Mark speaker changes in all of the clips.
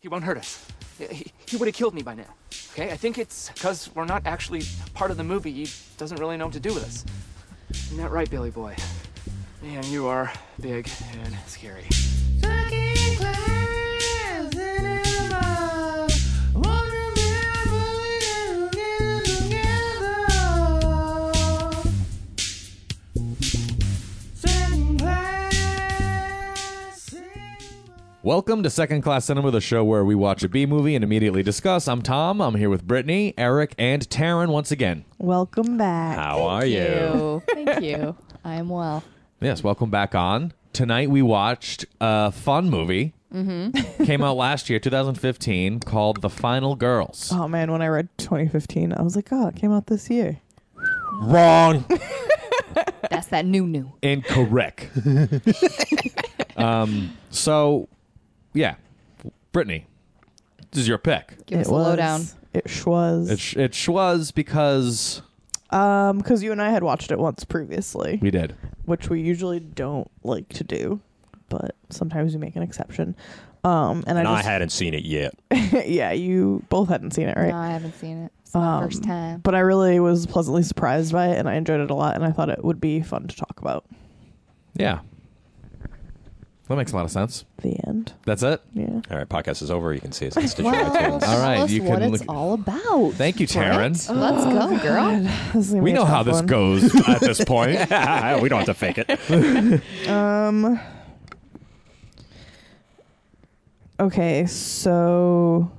Speaker 1: He won't hurt us. He, he would have killed me by now. Okay, I think it's because we're not actually part of the movie. He doesn't really know what to do with us. Isn't that right, Billy Boy? Man, you are big and scary.
Speaker 2: Second class and above. Won't remember it again and together. Second class and above.
Speaker 3: Welcome to Second Class Cinema, the show where we watch a B movie and immediately discuss. I'm Tom. I'm here with Brittany, Eric, and Taryn once again.
Speaker 4: Welcome back.
Speaker 3: How are
Speaker 5: Thank you. I am well.
Speaker 3: Yes, welcome back on. Tonight we watched a fun movie. Mm-hmm. Came out last year, 2015, called The Final Girls.
Speaker 4: Oh man, when I read 2015, I was like, oh, it came out this year.
Speaker 3: Wrong.
Speaker 5: That's that new new.
Speaker 3: Incorrect. um, so, yeah. Brittany, this is your pick.
Speaker 5: Give us a lowdown.
Speaker 4: It was.
Speaker 3: It, sh- it sh- was because
Speaker 4: Um, because you and I had watched it once previously,
Speaker 3: we did.
Speaker 4: which we usually don't like to do, but sometimes we make an exception. Um, and,
Speaker 6: and
Speaker 4: I
Speaker 6: I
Speaker 4: just,
Speaker 6: hadn't seen it yet.
Speaker 4: yeah, you both hadn't seen it, right? Um,
Speaker 5: No, I haven't seen it. It's my first time.
Speaker 4: But I really was pleasantly surprised by it, and I enjoyed it a lot, and I thought it would be fun to talk about.
Speaker 3: Yeah. That makes a lot of sense.
Speaker 4: The end.
Speaker 3: That's it.
Speaker 4: Yeah.
Speaker 6: All right, podcast is over. You can see us on Stitcher
Speaker 5: Well,
Speaker 6: iTunes.
Speaker 3: All right,
Speaker 5: tell us
Speaker 3: you
Speaker 5: what
Speaker 3: can
Speaker 5: it's
Speaker 3: look-
Speaker 5: all about.
Speaker 3: Thank you, Taryn.
Speaker 4: Oh,
Speaker 5: Let's go, girl.
Speaker 4: This is gonna
Speaker 3: We
Speaker 4: be a
Speaker 3: know how
Speaker 4: tough
Speaker 3: this
Speaker 4: one.
Speaker 3: goes at this point.
Speaker 6: we don't have to fake it.
Speaker 4: Um. Okay, so.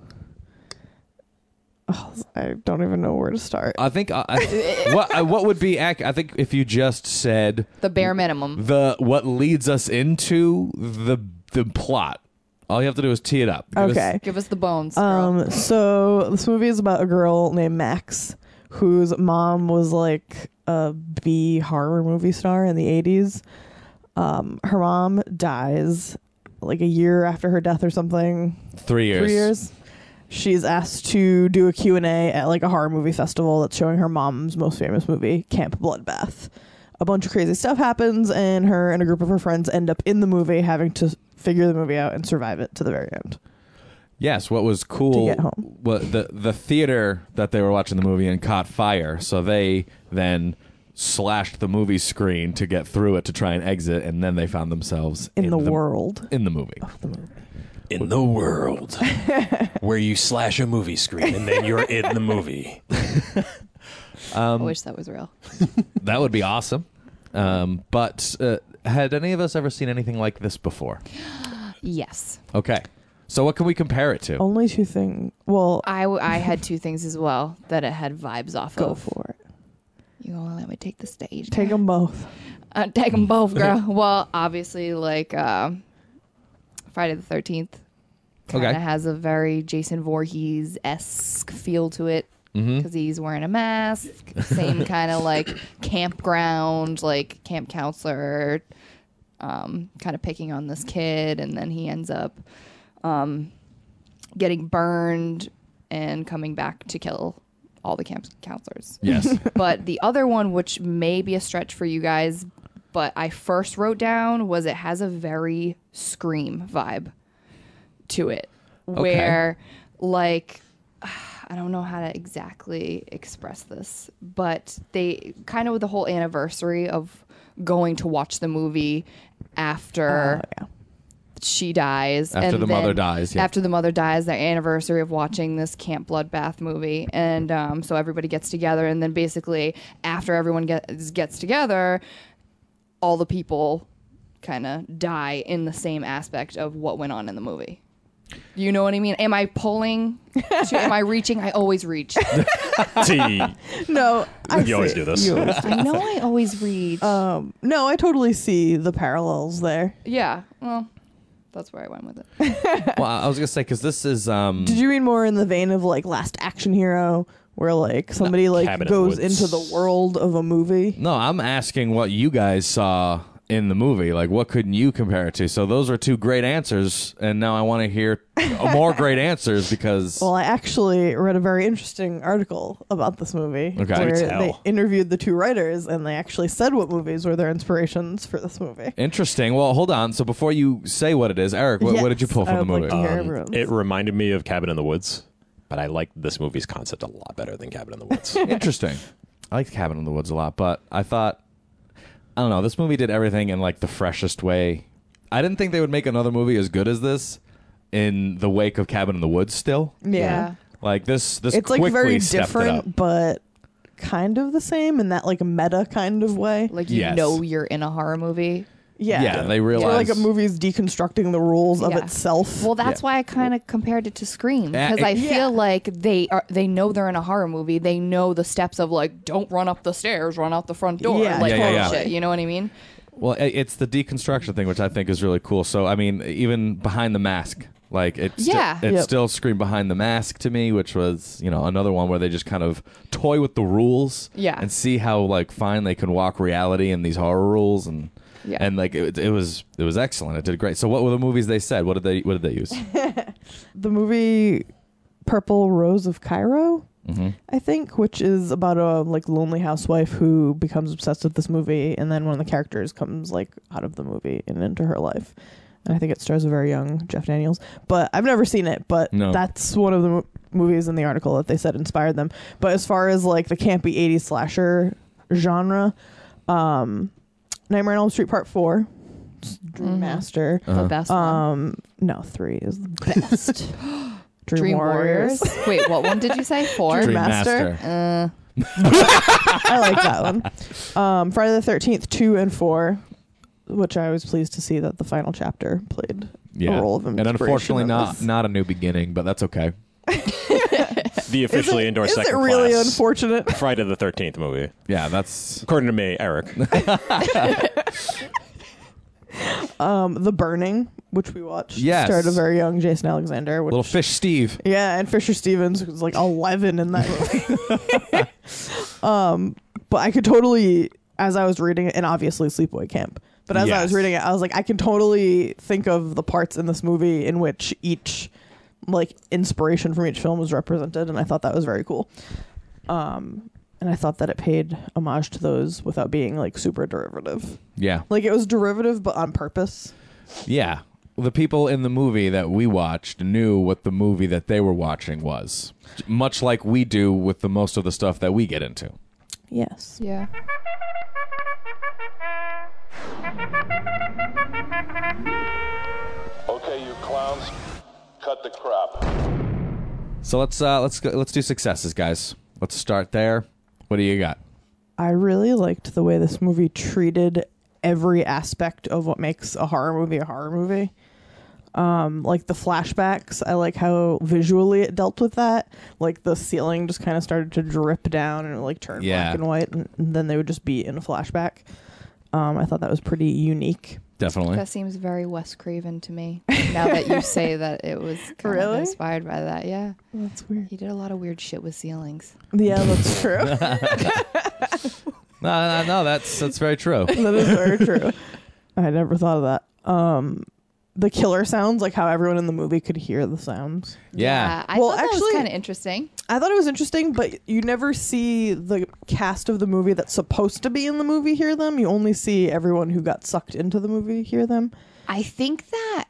Speaker 4: Oh, I don't even know where to start.
Speaker 3: I think uh, I, I, what I, what would be ac- I think if you just said
Speaker 5: The bare minimum.
Speaker 3: the what leads us into the the plot. All you have to do is tee it up. Give us-
Speaker 4: Okay.
Speaker 5: Give us the bones, girl.
Speaker 4: Um. So this movie is about a girl named Max, whose mom was like a B horror movie star in the eighties. Um. Her mom dies, like a year after her death or something.
Speaker 3: three years.
Speaker 4: three years. She's asked to do a Q&A at like a horror movie festival that's showing her mom's most famous movie, Camp Bloodbath. A bunch of crazy stuff happens and her and a group of her friends end up in the movie having to figure the movie out and survive it to the very end.
Speaker 3: Yes. What was cool?
Speaker 4: get home.
Speaker 3: wa- the the theater that they were watching the movie in caught fire, so they then slashed the movie screen to get through it to try and exit, and then they found themselves
Speaker 4: In, the, world.
Speaker 3: in the movie.
Speaker 6: In the world where you slash a movie screen and then you're in the movie.
Speaker 4: Um,
Speaker 5: I wish that was real.
Speaker 3: That would be awesome. Um, but uh, had any of us ever seen anything like this before?
Speaker 5: Yes.
Speaker 3: Okay. So what can we compare it to?
Speaker 4: Only two things. Well,
Speaker 5: I, w- I had two things as well that it had vibes off
Speaker 4: go
Speaker 5: of.
Speaker 4: for it.
Speaker 5: You only let me take the stage.
Speaker 4: Take them both.
Speaker 5: Uh, take them both, girl. well, obviously, like um Friday the Thirteenth. Kind of
Speaker 3: Okay.
Speaker 5: has a very Jason Voorhees esque feel to it because he's wearing a mask. Same kind of like campground, like camp counselor, um, kind of picking on this kid, and then he ends up um, getting burned and coming back to kill all the camp counselors
Speaker 3: Yes.
Speaker 5: but the other one, which may be a stretch for you guys, but I first wrote down was it has a very scream vibe to it, where like I don't know how to exactly express this, but they kind of with the whole anniversary of going to watch the movie
Speaker 4: Uh,
Speaker 5: after she dies
Speaker 3: After the mother
Speaker 5: then
Speaker 3: dies, yeah.
Speaker 5: after the mother dies their anniversary of watching this camp bloodbath movie and um, so everybody gets together and then basically after everyone gets gets together all the people kind of die in the same aspect of what went on in the movie you know what i mean am i pulling to, am i reaching i always reach
Speaker 6: T.
Speaker 7: Um,
Speaker 4: No, I
Speaker 6: You
Speaker 4: see
Speaker 6: always
Speaker 4: it.
Speaker 6: do this.
Speaker 4: You always-
Speaker 5: i know i always reach
Speaker 4: um, no, I totally see the parallels there.
Speaker 5: yeah well that's where i went with it
Speaker 3: well, I was gonna say because this is um.
Speaker 4: Did you mean more in the vein of like Last Action Hero, where like somebody like
Speaker 6: Cabin in the
Speaker 4: goes
Speaker 6: Woods.
Speaker 4: into the world of a movie?
Speaker 3: no, I'm asking what you guys saw in the movie. Like, what could you compare it to? So those are two great answers, and now I want to hear more great answers because
Speaker 4: Well, I actually read a very interesting article about this movie
Speaker 3: Okay.
Speaker 4: where
Speaker 3: Do
Speaker 6: tell.
Speaker 4: they interviewed the two writers and they actually said what movies were their inspirations for this movie.
Speaker 3: interesting. Well, hold on. So before you say what it is, Eric, what, what did you
Speaker 4: Yes,
Speaker 3: pull from
Speaker 4: I
Speaker 3: the
Speaker 4: would
Speaker 3: movie? Um,
Speaker 4: like to hear everyone's.
Speaker 6: It reminded me of Cabin in the Woods, but I liked this movie's concept a lot better than Cabin in the Woods.
Speaker 3: Interesting. I liked Cabin in the Woods a lot, but I thought, I don't know, this movie did everything in like the freshest way. I didn't think they would make another movie as good as this in the wake of Cabin in the Woods. Still,
Speaker 4: yeah.
Speaker 3: like this, this
Speaker 4: it's like
Speaker 3: quickly
Speaker 4: very
Speaker 3: stepped it up.
Speaker 4: different but kind of the same in that like meta kind of way
Speaker 5: Like you
Speaker 3: Yes.
Speaker 5: know you're in a horror movie.
Speaker 4: yeah
Speaker 3: Yeah, they
Speaker 4: It's where,
Speaker 3: realize
Speaker 4: like a movie's deconstructing the rules of
Speaker 5: Yeah.
Speaker 4: itself
Speaker 5: Well, that's
Speaker 3: Yeah.
Speaker 5: why I kind of compared it to Scream
Speaker 3: Yeah,
Speaker 5: because
Speaker 3: it-
Speaker 5: I
Speaker 3: Yeah.
Speaker 5: feel like they are they know they're in a horror movie. They know the steps of like don't run up the stairs, run out the front door,
Speaker 4: Yeah,
Speaker 5: like
Speaker 3: Yeah, yeah,
Speaker 5: bullshit,
Speaker 4: yeah.
Speaker 5: You know what I mean?
Speaker 3: Well, i- it's the deconstruction thing, which I think is really cool. So, I mean, even behind the mask, like it's
Speaker 5: Yeah.
Speaker 3: it
Speaker 4: Yep.
Speaker 3: still screamed behind the mask to me, which was you know another one where they just kind of toy with the rules,
Speaker 5: Yeah.
Speaker 3: and see how like fine they can walk reality and these horror rules and.
Speaker 5: Yeah.
Speaker 3: And like it, it was, it was excellent. It did great. So, what were the movies they said? What did they, what did they use?
Speaker 4: the movie purple rose of cairo
Speaker 3: Mm-hmm.
Speaker 4: i think which is about a like lonely housewife who becomes obsessed with this movie and then one of the characters comes like out of the movie and into her life and i think it stars a very young jeff daniels but i've never seen it but
Speaker 3: No.
Speaker 4: that's one of the mo- movies in the article that they said inspired them but as far as like the campy 80s slasher genre um nightmare on elm street part 4 dream
Speaker 5: Mhm.
Speaker 4: master
Speaker 3: Uh-huh.
Speaker 5: The best one.
Speaker 4: um, no, three is the best. Dream,
Speaker 5: Dream
Speaker 4: Warriors.
Speaker 5: Warriors. Wait, what one did you say? Four.
Speaker 4: Dream-
Speaker 3: Dream
Speaker 4: Master.
Speaker 5: Uh,
Speaker 4: I like that one. Um, Friday the Thirteenth, two and four, which I was pleased to see that the final chapter played
Speaker 3: yeah.
Speaker 4: a role of
Speaker 3: and unfortunately,
Speaker 4: inspiration in
Speaker 3: not
Speaker 4: this.
Speaker 3: not a new beginning, but that's okay.
Speaker 6: the officially endorsed
Speaker 4: Is it
Speaker 6: second
Speaker 4: really
Speaker 6: class
Speaker 4: unfortunate?
Speaker 6: Friday the Thirteenth movie,
Speaker 3: Yeah, that's
Speaker 6: according to me, Eric.
Speaker 4: Um, the Burning, which we watched,
Speaker 3: Yes.
Speaker 4: starred a very young Jason Alexander. Which,
Speaker 3: little fish, Steve.
Speaker 4: Yeah, and Fisher Stevens was like eleven in that movie. um, but I could totally, as I was reading it, and obviously Sleepaway Camp. But as I was
Speaker 3: Yes.
Speaker 4: reading it, I was like, I can totally think of the parts in this movie in which each like inspiration from each film was represented, and I thought that was very cool. Um, and I thought that it paid homage to those without being like super derivative.
Speaker 3: Yeah,
Speaker 4: Like it was derivative, but on purpose.
Speaker 3: Yeah. The people in the movie that we watched knew what the movie that they were watching was, much like we do with the most of the stuff that we get into.
Speaker 4: Yes.
Speaker 5: yeah.
Speaker 8: Okay, you clowns, cut the crap.
Speaker 3: So let's uh, let's go, let's do successes, guys. Let's start there. What do you got?
Speaker 4: I really liked the way this movie treated every aspect of what makes a horror movie a horror movie. Um, like the flashbacks, I like how visually it dealt with that. Like the ceiling just kind of started to drip down and it, like turn
Speaker 3: Yeah.
Speaker 4: black and white, and, and then they would just be in a flashback. Um, I thought that was pretty unique.
Speaker 3: Definitely.
Speaker 5: That seems very Wes Craven to me. Now that you say that, it was kind
Speaker 4: Really?
Speaker 5: of inspired by that. Yeah,
Speaker 4: That's weird.
Speaker 5: he did a lot of weird shit with ceilings.
Speaker 4: Yeah, that's true.
Speaker 3: No, no, no. That's that's very true.
Speaker 4: that is very true. I never thought of that. Um, the killer sounds, like how everyone in the movie could hear the sounds.
Speaker 3: Yeah.
Speaker 5: I
Speaker 4: Well,
Speaker 5: thought that
Speaker 4: actually-
Speaker 5: was kind of interesting.
Speaker 4: I thought it was interesting, but you never see the cast of the movie that's supposed to be in the movie hear them. You only see everyone who got sucked into the movie hear them.
Speaker 5: I think that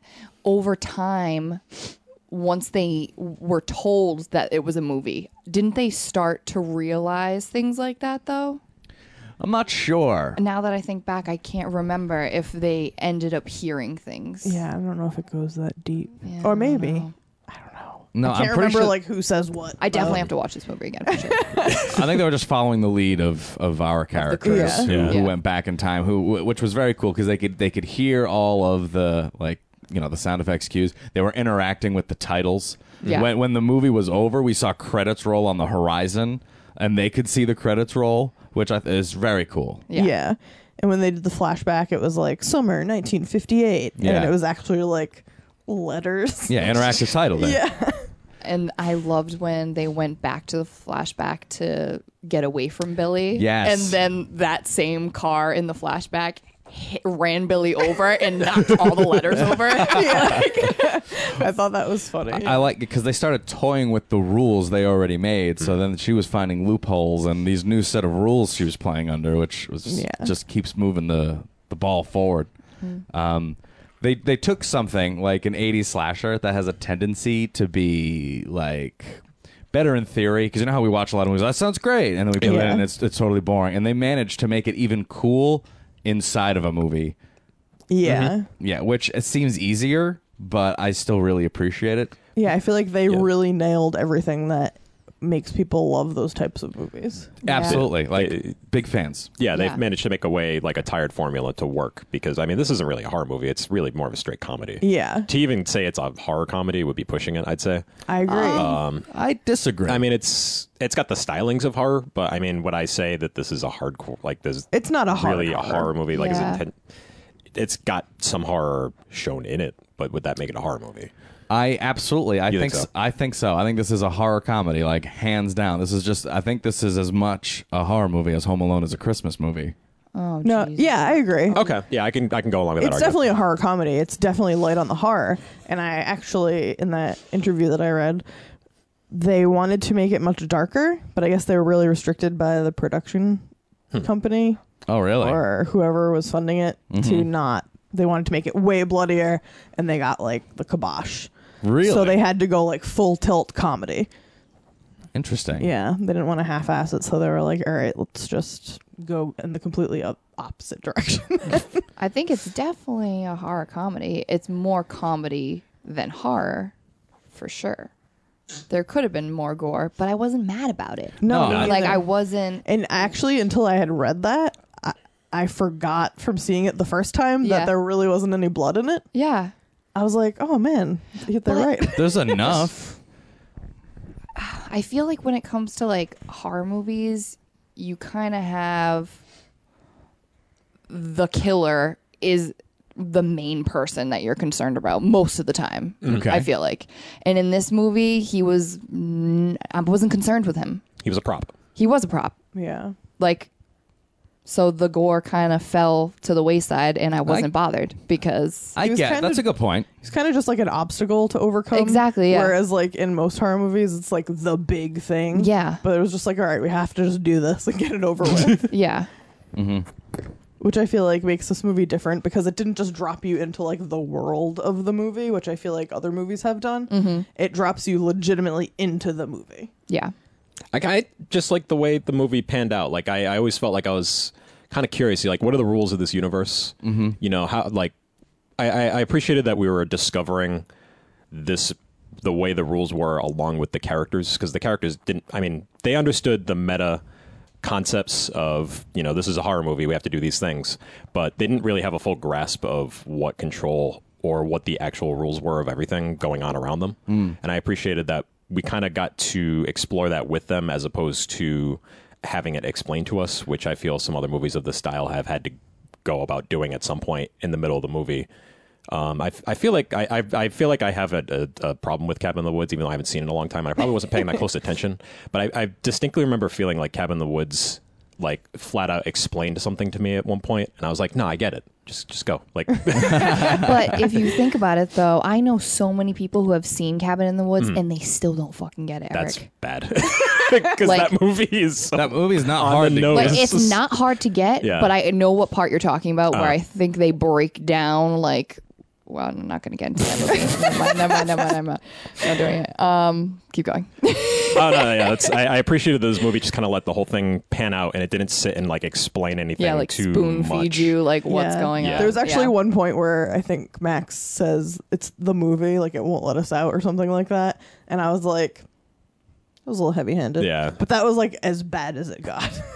Speaker 5: over time, once they were told that it was a movie, didn't they start to realize things like that though?
Speaker 3: I'm not sure.
Speaker 5: Now that I think back, I can't remember if they ended up hearing things.
Speaker 4: Yeah, I don't know if it goes that deep,
Speaker 5: Yeah, I
Speaker 4: or
Speaker 5: don't
Speaker 4: maybe
Speaker 5: know.
Speaker 4: I don't know.
Speaker 3: No,
Speaker 4: I can't
Speaker 3: I'm pretty
Speaker 4: remember
Speaker 3: sure-
Speaker 4: like who says what.
Speaker 5: I definitely
Speaker 4: but-
Speaker 5: have to watch this movie again for sure.
Speaker 3: I think they were just following the lead of of our characters
Speaker 4: crew.
Speaker 3: who,
Speaker 6: Yeah.
Speaker 3: who
Speaker 5: Yeah.
Speaker 3: went back in time, who which was very cool because they could they could hear all of the like you know the sound effects cues. They were interacting with the titles.
Speaker 5: Yeah.
Speaker 3: When when the movie was over, we saw credits roll on the horizon, and they could see the credits roll, which I th- is very cool.
Speaker 4: Yeah. And when they did the flashback, it was like summer 1958,
Speaker 3: Yeah.
Speaker 4: and it was actually like letters.
Speaker 3: Yeah, interactive title there.
Speaker 4: Yeah.
Speaker 5: And I loved when they went back to the flashback to get away from Billy.
Speaker 3: Yes.
Speaker 5: And then that same car in the flashback hit, ran Billy over and knocked all the letters over.
Speaker 4: I thought that was funny.
Speaker 3: I like it because they started toying with the rules they already made. So then she was finding loopholes and these new set of rules she was playing under, which was
Speaker 4: Yeah. Mm-hmm.
Speaker 3: just keeps moving the, the ball forward. Um, they they took something like an 80s slasher that has a tendency to be like better in theory because you know how we watch a lot of movies. That sounds great, and then we play it
Speaker 4: Yeah.
Speaker 3: and it's it's totally boring. And they managed to make it even cool inside of a movie.
Speaker 4: yeah.
Speaker 3: Yeah, which it seems easier, but I still really appreciate it.
Speaker 4: Yeah, I feel like they really nailed everything that makes people love those types of movies.
Speaker 3: Absolutely, like
Speaker 7: They-
Speaker 3: big fans.
Speaker 7: Yeah, they've
Speaker 5: Yeah.
Speaker 7: managed to make a way like a tired formula to work because I mean this isn't really a horror movie; it's really more of a straight comedy.
Speaker 4: Yeah.
Speaker 7: To even say it's a horror comedy would be pushing it. I'd say.
Speaker 4: I agree.
Speaker 3: Uh, I disagree.
Speaker 7: Um, I mean, it's it's got the stylings of horror, but I mean, would I say that this is a hardcore? Like this,
Speaker 4: It's not a hard
Speaker 7: really a
Speaker 4: horror.
Speaker 7: horror movie. Like,
Speaker 5: Yeah.
Speaker 7: is it? It's got some horror shown in it, but would that make it a horror movie?
Speaker 3: I absolutely. I
Speaker 7: You
Speaker 3: think.
Speaker 7: think
Speaker 3: So?
Speaker 7: so?
Speaker 3: I think so. I think this is a horror comedy, like hands down. This is just. I think this is as much a horror movie as Home Alone is a Christmas movie.
Speaker 5: Oh,
Speaker 4: no,
Speaker 5: Jesus.
Speaker 4: yeah, I agree.
Speaker 7: Okay, yeah, I can I can go along with
Speaker 4: It's
Speaker 7: that. argument.
Speaker 4: definitely a horror comedy. It's definitely light on the horror. And I actually, in that interview that I read, they wanted to make it much darker, but I guess they were really restricted by the production
Speaker 7: Hmm.
Speaker 4: company
Speaker 3: Oh really? Mm-hmm.
Speaker 4: or whoever was funding it to
Speaker 7: Mm-hmm.
Speaker 4: not. They wanted to make it way bloodier, and they got like the kibosh.
Speaker 3: really?
Speaker 4: So they had to go like full tilt comedy.
Speaker 3: interesting.
Speaker 4: Yeah, they didn't want to half-ass it, so they were like, "All right, let's just go in the completely op- opposite direction."
Speaker 5: I think it's definitely a horror comedy. It's more comedy than horror, for sure. There could have been more gore, but I wasn't mad about it.
Speaker 4: no,
Speaker 3: No,
Speaker 4: me
Speaker 5: Like
Speaker 4: neither.
Speaker 5: I wasn't.
Speaker 4: and actually, until I had read that, I, I forgot from seeing it the first time
Speaker 5: Yeah.
Speaker 4: that there really wasn't any blood in it.
Speaker 5: Yeah,
Speaker 4: I was like, "Oh man, they're right."
Speaker 3: There's enough.
Speaker 5: I feel like when it comes to like horror movies, you kind of have the killer is the main person that you're concerned about most of the time.
Speaker 4: Mm-hmm.
Speaker 3: Okay.
Speaker 5: I feel like, and in this movie, he was n- I wasn't concerned with him.
Speaker 7: he was a prop.
Speaker 5: He was a prop.
Speaker 4: yeah,
Speaker 5: like so the gore kind of fell to the wayside and i wasn't bothered because
Speaker 3: I
Speaker 4: was
Speaker 3: get.
Speaker 4: kinda-
Speaker 3: That's a good point.
Speaker 4: it's kind of just like an obstacle to overcome.
Speaker 5: Exactly, yeah.
Speaker 4: Whereas like in most horror movies, it's like the big thing.
Speaker 5: Yeah.
Speaker 4: But it was just like, "All right, we have to just do this and get it over with."
Speaker 5: yeah
Speaker 4: which I feel like makes this movie different because it didn't just drop you into like the world of the movie, which I feel like other movies have done.
Speaker 5: Mm-hmm.
Speaker 4: It drops you legitimately into the movie.
Speaker 5: yeah
Speaker 7: I, I just like the way the movie panned out. Like I, I always felt like I was kind of curious. Like, what are the rules of this universe? Mm-hmm. You know how? Like, I, I, I appreciated that we were discovering this the way the rules were along with the characters because the characters didn't. I mean, they understood the meta concepts of you know this is a horror movie we have to do these things but they didn't really have a full grasp of what control or what the actual rules were of everything going on around them and i appreciated that we kind of got to explore that with them as opposed to having it explained to us which i feel some other movies of this style have had to go about doing at some point in the middle of the movie um, I, I feel like I, I, I feel like I have a, a, a problem with Cabin in the Woods, even though I haven't seen it in a long time. I probably wasn't paying that close attention, but I, I distinctly remember feeling like Cabin in the Woods, like flat out explained something to me at one point, and I was like, "No, I get it. Just just go." Like,
Speaker 5: but if you think about it though i know so many people who have seen cabin in the woods and they still don't fucking get it
Speaker 7: Hmm. that's
Speaker 5: eric
Speaker 7: bad because
Speaker 5: Like-
Speaker 7: that movie is so
Speaker 3: That movie's not
Speaker 7: Oh, On
Speaker 3: hard
Speaker 7: the
Speaker 3: to
Speaker 7: nose.
Speaker 5: like
Speaker 7: Yes.
Speaker 5: it's not hard to get
Speaker 7: Yeah. Uh.
Speaker 5: but i know what part you're talking about where i think they break down like well i'm not gonna get into that movie never mind never mind never mind, never mind. not doing it um keep going
Speaker 7: oh no, yeah, that's, I, I appreciated that this movie just kind of let the whole thing pan out, and it didn't sit and like explain anything.
Speaker 5: yeah like
Speaker 7: too
Speaker 5: spoon feed
Speaker 7: much.
Speaker 5: you like what's
Speaker 4: Yeah.
Speaker 5: going
Speaker 7: Yeah.
Speaker 5: on
Speaker 4: There was actually
Speaker 5: Yeah.
Speaker 4: one point where I think Max says it's the movie, like it won't let us out or something like that. And I was like, it was a little heavy handed.
Speaker 7: Yeah.
Speaker 4: But that was like as bad as it got.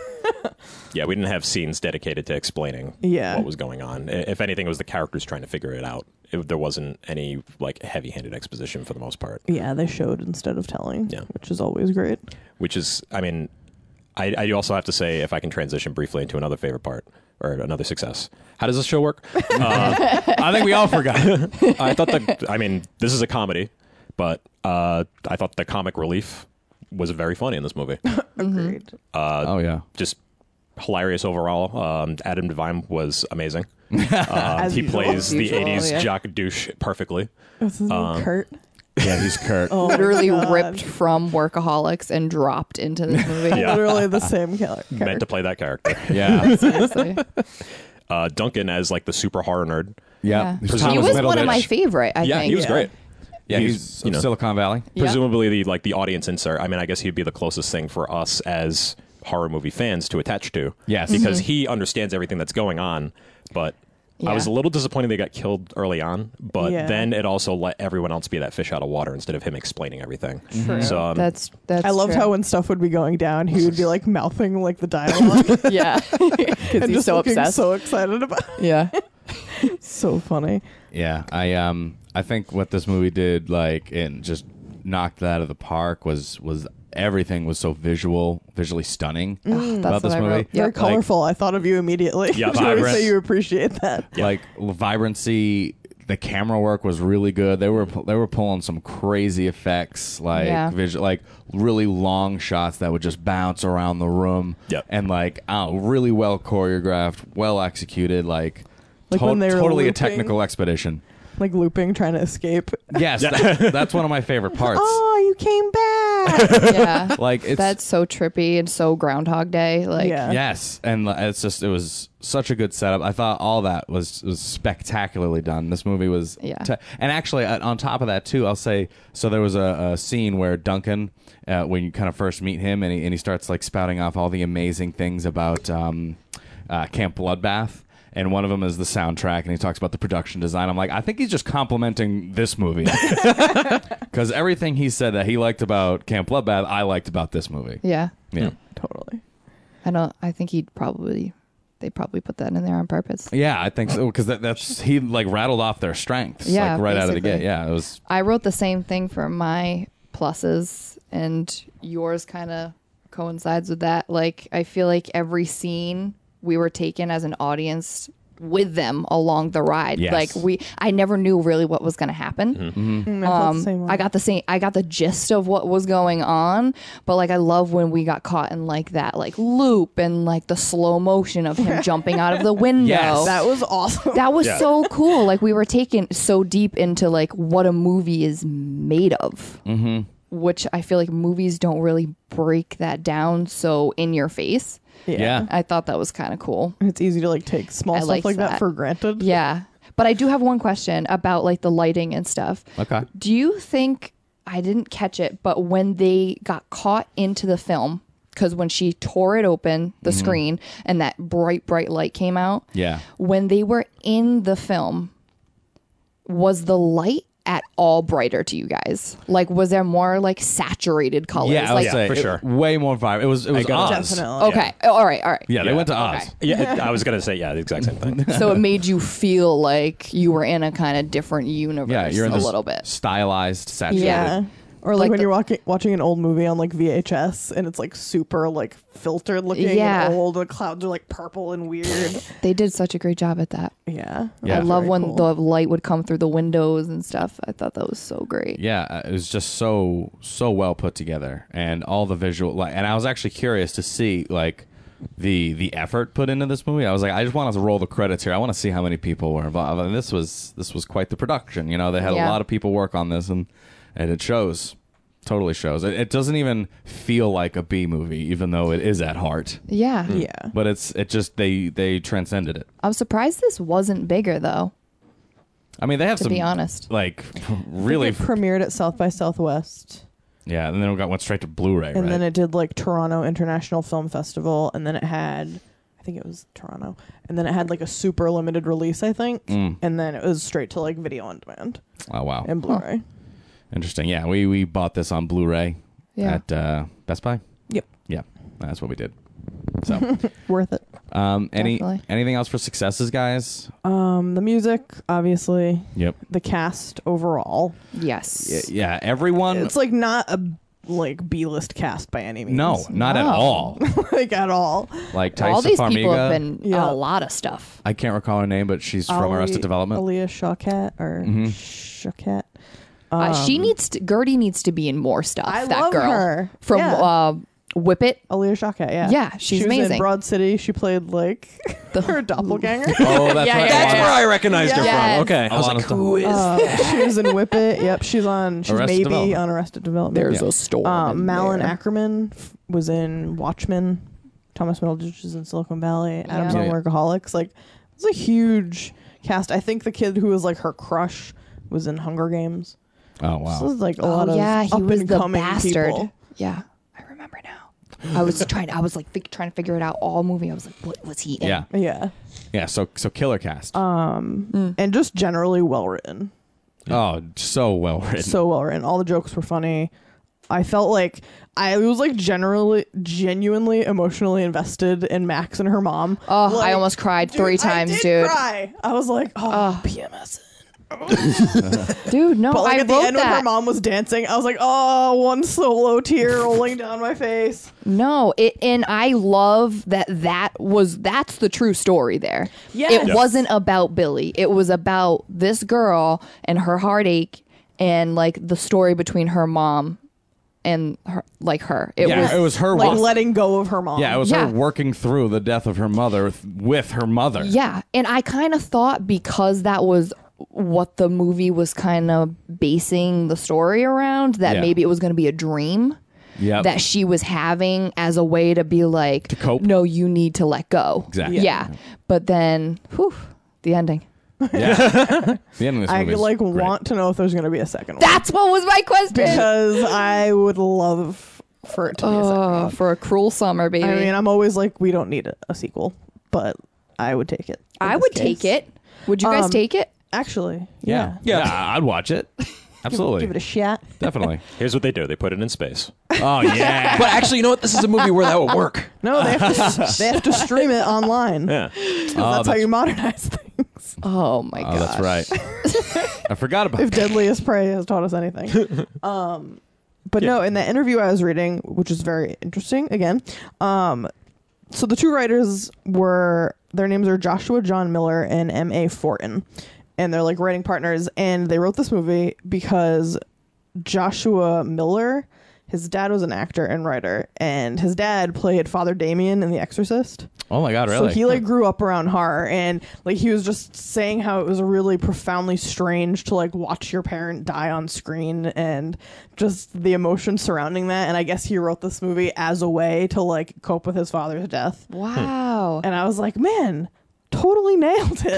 Speaker 7: Yeah, we didn't have scenes dedicated to explaining
Speaker 4: Yeah.
Speaker 7: what was going on. I- If anything, it was the characters trying to figure it out. It, there wasn't any like heavy-handed exposition for the most part,
Speaker 4: yeah, they showed instead of telling,
Speaker 7: Yeah.
Speaker 4: which is always great.
Speaker 7: which is, I mean, I, I also have to say, if I can transition briefly into another favorite part or another success, how does this show work? Uh,
Speaker 3: I think we all forgot.
Speaker 7: I thought the, I mean, this is a comedy, but uh, I thought the
Speaker 5: Mm-hmm.
Speaker 7: comic relief was very funny in this movie.
Speaker 4: Agreed.
Speaker 3: oh yeah.
Speaker 7: Just hilarious overall. Um, Adam Devine was amazing. Um, he
Speaker 4: usual.
Speaker 7: plays the
Speaker 5: As usual,
Speaker 7: 80s
Speaker 5: yeah.
Speaker 7: jock douche perfectly.
Speaker 4: What's his name?
Speaker 7: Um,
Speaker 4: Kurt.
Speaker 3: Yeah, he's Kurt.
Speaker 4: Oh my
Speaker 5: Literally
Speaker 4: God.
Speaker 5: ripped from Workaholics and dropped into this movie.
Speaker 7: Yeah.
Speaker 4: Literally the same killer.
Speaker 7: Meant to play that character.
Speaker 3: Yeah,
Speaker 5: Seriously.
Speaker 7: Uh, Duncan as like the super horror nerd.
Speaker 3: yeah.
Speaker 5: Yeah.
Speaker 3: He's
Speaker 5: He
Speaker 3: Thomas
Speaker 5: was one of
Speaker 3: Middleditch.
Speaker 5: my favorite, I
Speaker 7: yeah,
Speaker 5: think.
Speaker 7: he was
Speaker 4: Yeah.
Speaker 7: great.
Speaker 3: Yeah, he's,
Speaker 7: He's, you
Speaker 3: of
Speaker 7: know.
Speaker 3: Silicon Valley.
Speaker 5: Yeah.
Speaker 7: Presumably, the like the audience insert. I mean, I guess he'd be the closest thing for us as horror movie fans to attach to.
Speaker 3: Yes.
Speaker 7: because
Speaker 5: Mm-hmm.
Speaker 7: he understands everything that's going on. But I was a
Speaker 5: Yeah.
Speaker 7: little disappointed they got killed early on. But
Speaker 4: Yeah.
Speaker 7: then it also let everyone else be that fish out of water instead of him explaining everything.
Speaker 5: True.
Speaker 7: So um,
Speaker 5: that's that's
Speaker 4: I loved
Speaker 5: true.
Speaker 4: how when stuff would be going down, he would be like mouthing like the dialogue
Speaker 5: yeah because
Speaker 4: and
Speaker 5: he's
Speaker 4: just
Speaker 5: so
Speaker 4: looking
Speaker 5: obsessed.
Speaker 4: so excited about. It.
Speaker 5: yeah,
Speaker 4: So funny.
Speaker 3: Yeah, I um I think what this movie did like and just knocked that out of the park was was everything was so visual, visually
Speaker 4: Mm,
Speaker 3: stunning about
Speaker 5: that's
Speaker 3: this
Speaker 5: what I
Speaker 3: movie.
Speaker 5: wrote.
Speaker 4: Very
Speaker 5: Yep.
Speaker 4: colorful. I thought of you immediately.
Speaker 7: Yeah,
Speaker 4: You always
Speaker 7: vibrant.
Speaker 4: say you appreciate that.
Speaker 7: Yeah.
Speaker 3: Like vibrancy, the camera work was really good. They were pu- they were pulling some crazy effects like
Speaker 5: Yeah.
Speaker 3: visual like really long shots that would just bounce around the room.
Speaker 7: Yep.
Speaker 3: And like oh, really well choreographed, well executed like,
Speaker 4: Like when they were
Speaker 3: totally a
Speaker 4: looping.
Speaker 3: technical expedition.
Speaker 4: Like looping, trying to escape.
Speaker 3: Yes, that- that's one of my favorite parts.
Speaker 4: Oh, you came back.
Speaker 5: yeah.
Speaker 3: Like it's
Speaker 5: that's uh, so trippy and so Groundhog Day. Like,
Speaker 4: Yeah.
Speaker 3: Yes, and li- it's just it was such a good setup. I thought all that was was spectacularly done. This movie was,
Speaker 5: Yeah.
Speaker 3: te- and actually, uh, on top of that too, I'll say so. There was a, a scene where Duncan, uh, when you kind of first meet him, and he and he starts like spouting off all the amazing things about um, uh, Camp Bloodbath. And one of them is the soundtrack, and he talks about the production design. I'm like, I think he's just complimenting this movie because everything he said that he liked about Camp Bloodbath, I liked about this movie.
Speaker 5: yeah.
Speaker 3: Yeah,
Speaker 4: totally.
Speaker 5: I don't. I think he'd probably. They probably put that in there on purpose.
Speaker 3: Yeah, I think so because that, that's he like rattled off their strengths
Speaker 5: Yeah,
Speaker 3: like right out of the
Speaker 5: basically.
Speaker 3: gate. Yeah, it was
Speaker 5: I wrote the same thing for my pluses, and yours kind of coincides with that. Like, I feel like every scene we were taken as an audience with them along the ride.
Speaker 3: Yes. Mm-hmm.
Speaker 5: Like we, I never knew really what was going to happen.
Speaker 4: Mm, I felt the same
Speaker 5: um,
Speaker 4: way.
Speaker 5: I got the same. I got the gist of what was going on, but like I love when we got caught in like that like loop and like the slow motion of him jumping out of the window.
Speaker 3: Yes.
Speaker 4: that was awesome.
Speaker 5: That was
Speaker 7: Yeah.
Speaker 5: so cool. Like we were taken so deep into like what a movie is made of, mm-hmm. which I feel like movies don't really break that down so in your face.
Speaker 3: yeah.
Speaker 5: I thought that was kind of cool.
Speaker 4: It's easy to like take small
Speaker 5: I
Speaker 4: stuff
Speaker 5: liked
Speaker 4: like that.
Speaker 5: that.
Speaker 4: for granted.
Speaker 5: Yeah. But I do have one question about like the lighting and stuff.
Speaker 3: Okay.
Speaker 5: Do you think I didn't catch it, but when they got caught into the film, because when she tore it open, the screen, and that bright, bright light came out,
Speaker 3: Yeah.
Speaker 5: when they were in the film, was the light at all brighter to you guys? Like, was there more like saturated colors?
Speaker 3: Yeah, I would
Speaker 5: like,
Speaker 3: say
Speaker 7: for
Speaker 3: it-
Speaker 7: sure.
Speaker 3: way more vibrant. It was it was
Speaker 7: gotta-
Speaker 3: Oz.
Speaker 4: Definitely.
Speaker 5: Okay. All right. All right.
Speaker 3: Yeah, they
Speaker 7: Yeah.
Speaker 3: went to Oz.
Speaker 5: Okay.
Speaker 7: yeah, I was gonna say yeah, the exact same thing.
Speaker 5: So it made you feel like you were in a kind of different universe
Speaker 3: Yeah, you're in
Speaker 5: a
Speaker 3: this
Speaker 5: little bit.
Speaker 3: stylized, saturated.
Speaker 5: Yeah.
Speaker 4: Or like,
Speaker 5: Oh. Like
Speaker 4: when
Speaker 5: the-
Speaker 4: you're walking, watching an old movie on like VHS and it's like super like filtered looking
Speaker 5: Yeah.
Speaker 4: and old. The clouds are like purple and weird.
Speaker 5: They did such a great job at that.
Speaker 4: yeah.
Speaker 3: Yeah.
Speaker 5: I love
Speaker 4: Very
Speaker 5: when
Speaker 4: cool.
Speaker 5: the light would come through the windows and stuff. I thought that was so great.
Speaker 3: Yeah, uh, it was just so so well put together, and all the visual. Like, and I was actually curious to see like the the effort put into this movie. I was like, I just want to roll the credits here. I want to see how many people were involved. And this was this was quite the production. You know, they had a
Speaker 5: Yeah.
Speaker 3: lot of people work on this, and and it shows. Totally shows. It, it doesn't even feel like a B movie, even though it is at heart.
Speaker 5: Yeah.
Speaker 4: Yeah.
Speaker 3: But it's it just they they transcended it.
Speaker 5: I'm surprised this wasn't bigger though.
Speaker 3: I mean, they have
Speaker 5: To
Speaker 3: some
Speaker 5: be honest.
Speaker 3: like really
Speaker 4: It premiered at South by Southwest.
Speaker 3: yeah. And then it got went straight to Blu-ray.
Speaker 4: And
Speaker 3: right?
Speaker 4: then it did like Toronto International Film Festival. And then it had, I think it was Toronto. And then it had like a super limited release, I think. And then it was straight to like video on demand
Speaker 3: Mm. oh wow.
Speaker 4: and Blu ray.
Speaker 3: Interesting. Yeah, we we bought this on Blu-ray
Speaker 5: Yeah.
Speaker 3: at uh, Best Buy.
Speaker 4: Yep.
Speaker 3: Yeah, that's what we did. So,
Speaker 4: Worth it.
Speaker 3: um, any
Speaker 5: Definitely.
Speaker 3: anything else for successes, guys?
Speaker 4: Um, the music, obviously,
Speaker 3: Yep.
Speaker 4: the cast overall.
Speaker 5: yes.
Speaker 3: Yeah, everyone.
Speaker 4: It's like not a like B list cast by any means.
Speaker 3: no, not at
Speaker 5: No.
Speaker 3: all.
Speaker 4: like at all.
Speaker 3: Like Tyson
Speaker 5: All these people
Speaker 3: Farmiga.
Speaker 5: have been on
Speaker 4: Yeah.
Speaker 5: a lot of stuff.
Speaker 3: I can't recall her name, but she's from Arrested Development. Mm-hmm.
Speaker 4: Aaliyah Shawkat or Shawkat.
Speaker 5: Um, uh, she needs to, Gertie needs to be in more stuff.
Speaker 4: I
Speaker 5: that
Speaker 4: love
Speaker 5: girl
Speaker 4: her.
Speaker 5: from
Speaker 4: Yeah.
Speaker 5: uh, Whip It.
Speaker 4: Aaliyah Shaka, yeah.
Speaker 5: Yeah, she's
Speaker 4: she was
Speaker 5: amazing.
Speaker 4: In Broad City, she played like
Speaker 5: The-
Speaker 4: her doppelganger.
Speaker 3: Oh, that's
Speaker 5: Yeah,
Speaker 3: right.
Speaker 5: yeah,
Speaker 3: That's
Speaker 5: yeah.
Speaker 3: where I-
Speaker 6: I recognized her
Speaker 5: Yes. Oh.
Speaker 6: from. Okay. I was like,
Speaker 3: Alana-
Speaker 6: who is?
Speaker 4: Uh, she was in Whip It. Yep, she's on. She's
Speaker 3: Arrested
Speaker 4: maybe
Speaker 3: Development.
Speaker 4: on Arrested Development.
Speaker 5: There's
Speaker 3: Yeah.
Speaker 5: a storm.
Speaker 4: um,
Speaker 5: in
Speaker 4: Malin
Speaker 5: there.
Speaker 4: Ackerman f- was in Watchmen. Thomas Middleditch is in Silicon Valley. Adam's
Speaker 5: Yeah.
Speaker 4: on
Speaker 3: Yeah.
Speaker 4: Workaholics. Like, it's a huge cast. I think the kid who was like her crush was in Hunger Games.
Speaker 3: Oh
Speaker 4: So
Speaker 3: wow.
Speaker 4: it's like a lot
Speaker 5: Oh
Speaker 4: of
Speaker 5: yeah, he
Speaker 4: up
Speaker 5: was
Speaker 4: and
Speaker 5: the
Speaker 4: coming
Speaker 5: bastard.
Speaker 4: people.
Speaker 5: Yeah, I remember now. I was trying. I was like fig- trying to figure it out all movie. I was like, what was he in?
Speaker 3: Yeah.
Speaker 4: Yeah,
Speaker 3: Yeah. So so killer cast.
Speaker 5: Uh, Hmm.
Speaker 4: and just generally well written.
Speaker 3: oh, so well written.
Speaker 4: so well written. All the jokes were funny. I felt like I was like generally, genuinely emotionally invested in Max and her mom.
Speaker 5: Oh,
Speaker 4: Like,
Speaker 5: I almost cried
Speaker 4: dude,
Speaker 5: three
Speaker 4: I
Speaker 5: times,
Speaker 4: did
Speaker 5: dude.
Speaker 4: Cry. I was like, oh, PMS.
Speaker 5: Dude, no,
Speaker 4: But like
Speaker 5: I
Speaker 4: at the
Speaker 5: wrote
Speaker 4: end
Speaker 5: that.
Speaker 4: when her mom was dancing, I was like, oh, one solo tear rolling down my face.
Speaker 5: No, it and I love that that was that's the true story there.
Speaker 4: Yes.
Speaker 5: It
Speaker 4: Yeah.
Speaker 5: wasn't about Billy. It was about this girl and her heartache and like the story between her mom and her like her. It
Speaker 3: yeah,
Speaker 5: was
Speaker 3: it was her.
Speaker 4: Like
Speaker 3: work-
Speaker 4: letting go of her mom.
Speaker 3: yeah, it was
Speaker 5: Yeah.
Speaker 3: her working through the death of her mother with, with her mother.
Speaker 5: Yeah, and I kind of thought because that was what the movie was kind of basing the story around that
Speaker 3: Yeah.
Speaker 5: maybe it was going to be a dream
Speaker 3: Yep.
Speaker 5: that she was having as a way to be like
Speaker 3: To cope.
Speaker 5: No, you need to let go.
Speaker 3: Exactly.
Speaker 5: Yeah, but then, whew, the ending.
Speaker 3: Yeah. the end of this
Speaker 4: I
Speaker 3: movie is
Speaker 4: like
Speaker 3: great.
Speaker 4: want to know if there's gonna be a second one
Speaker 5: That's what was my question.
Speaker 4: because I would love for it to be a second
Speaker 5: Oh, for a cruel summer, baby.
Speaker 4: I mean, I'm always like, we don't need a, a sequel, but I would take it. in
Speaker 5: I
Speaker 4: this
Speaker 5: would
Speaker 4: case.
Speaker 5: take it. Would you guys
Speaker 4: Um,
Speaker 5: take it?
Speaker 4: Actually,
Speaker 3: Yeah.
Speaker 4: yeah.
Speaker 3: yeah, I'd watch it. Absolutely,
Speaker 4: Give it a shot.
Speaker 3: definitely.
Speaker 7: Here's what they do: they put it in space.
Speaker 3: Oh yeah.
Speaker 6: but actually, you know what? This is a movie where that would work.
Speaker 4: No, they have to, they have to stream it online.
Speaker 3: Oh,
Speaker 7: Yeah.
Speaker 4: 'Cause that's, how you modernize things.
Speaker 5: Oh my
Speaker 3: oh,
Speaker 5: god.
Speaker 3: that's right. I forgot about
Speaker 4: If Deadliest Prey has taught us anything. Um, but no, in that interview I was reading, which is very interesting, again, um, so the two writers were their names are Joshua John Miller and M. A. Fortin, and they're like writing partners. And they wrote this movie because Joshua Miller, his dad was an actor and writer, and his dad played Father Damien in The Exorcist.
Speaker 3: Oh my god, really?
Speaker 4: So he like grew up around horror, and like he was just saying how it was really profoundly strange to like watch your parent die on screen, and just the emotion surrounding that. And I guess he wrote this movie as a way to like cope with his father's death.
Speaker 5: Wow.
Speaker 4: And I was like, man, totally nailed it.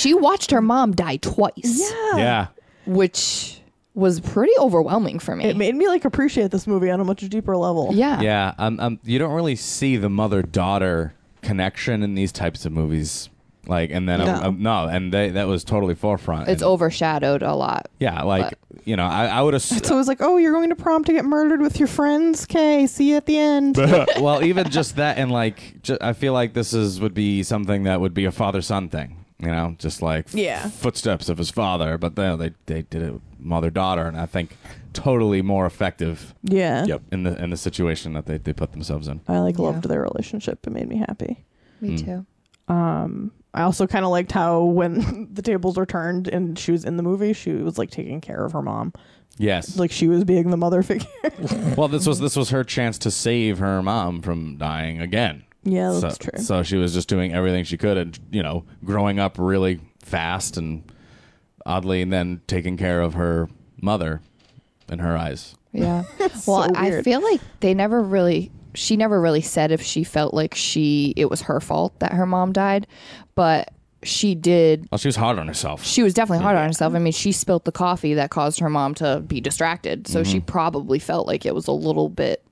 Speaker 5: she she watched her mom die twice.
Speaker 4: yeah.
Speaker 3: yeah.
Speaker 5: which was pretty overwhelming for me.
Speaker 4: It made me like appreciate this movie on a much deeper level.
Speaker 5: yeah.
Speaker 3: Yeah, um, um, you don't really see the mother-daughter connection in these types of movies. Like, and then um,
Speaker 4: No.
Speaker 3: um, no, and they, that was totally forefront.
Speaker 5: It's
Speaker 3: And-
Speaker 5: overshadowed a lot.
Speaker 3: Yeah, like you know, I, I would assume.
Speaker 4: So it was like, oh, you're going to prom to get murdered with your friends? Okay, see you at the end.
Speaker 3: uh, well, even just that, and like, ju- I feel like this is would be something that would be a father-son thing. You know, just like f-
Speaker 4: Yeah.
Speaker 3: footsteps of his father, but then they they did it mother-daughter, and I think totally more effective
Speaker 4: yeah.
Speaker 7: Yep.
Speaker 3: in the in the situation that they, they put themselves in.
Speaker 4: I like
Speaker 5: Yeah.
Speaker 4: loved their relationship. It made me happy.
Speaker 3: Hmm.
Speaker 5: Me too.
Speaker 4: Um, I also kind of liked how when the tables were turned and she was in the movie, she was like taking care of her mom,
Speaker 3: Yes,
Speaker 4: like mm-hmm. she was being the mother figure.
Speaker 3: well, this was this was her chance to save her mom from dying again.
Speaker 4: yeah,
Speaker 3: so,
Speaker 4: that's true.
Speaker 3: So she was just doing everything she could, and you know, growing up really fast and oddly, and then taking care of her mother in her eyes.
Speaker 5: Yeah. well, I
Speaker 4: weird.
Speaker 5: feel like they never really she never really said if she felt like she it was her fault that her mom died, but she did
Speaker 3: Well, she was hard on herself.
Speaker 5: she was definitely hard on herself. I mean, she spilt the coffee that caused her mom to be distracted, so
Speaker 3: Mm-hmm.
Speaker 5: she probably felt like it was a little bit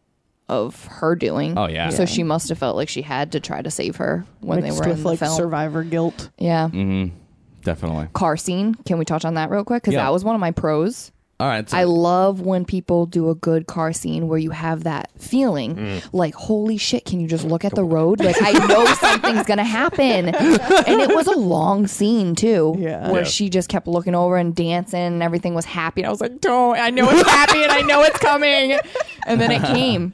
Speaker 5: of her doing.
Speaker 3: Oh, yeah.
Speaker 5: So she must have felt like she had to try to save her when
Speaker 4: Mixed
Speaker 5: they were
Speaker 4: with
Speaker 5: in the
Speaker 4: like
Speaker 5: film.
Speaker 4: survivor guilt.
Speaker 5: yeah.
Speaker 3: Mm-hmm. Definitely.
Speaker 5: car scene. Can we touch on that real quick? Because
Speaker 3: Yeah.
Speaker 5: that was one of my pros.
Speaker 3: All right. So,
Speaker 5: I love when people do a good car scene where you have that feeling like, holy shit, can you just look at the road? Like, I know something's going to happen. And it was a long scene, too,
Speaker 4: Yeah.
Speaker 5: where
Speaker 7: Yeah.
Speaker 5: she just kept looking over and dancing and everything was happy. And I was like, don't, I know it's happy and I know it's coming. And then it came.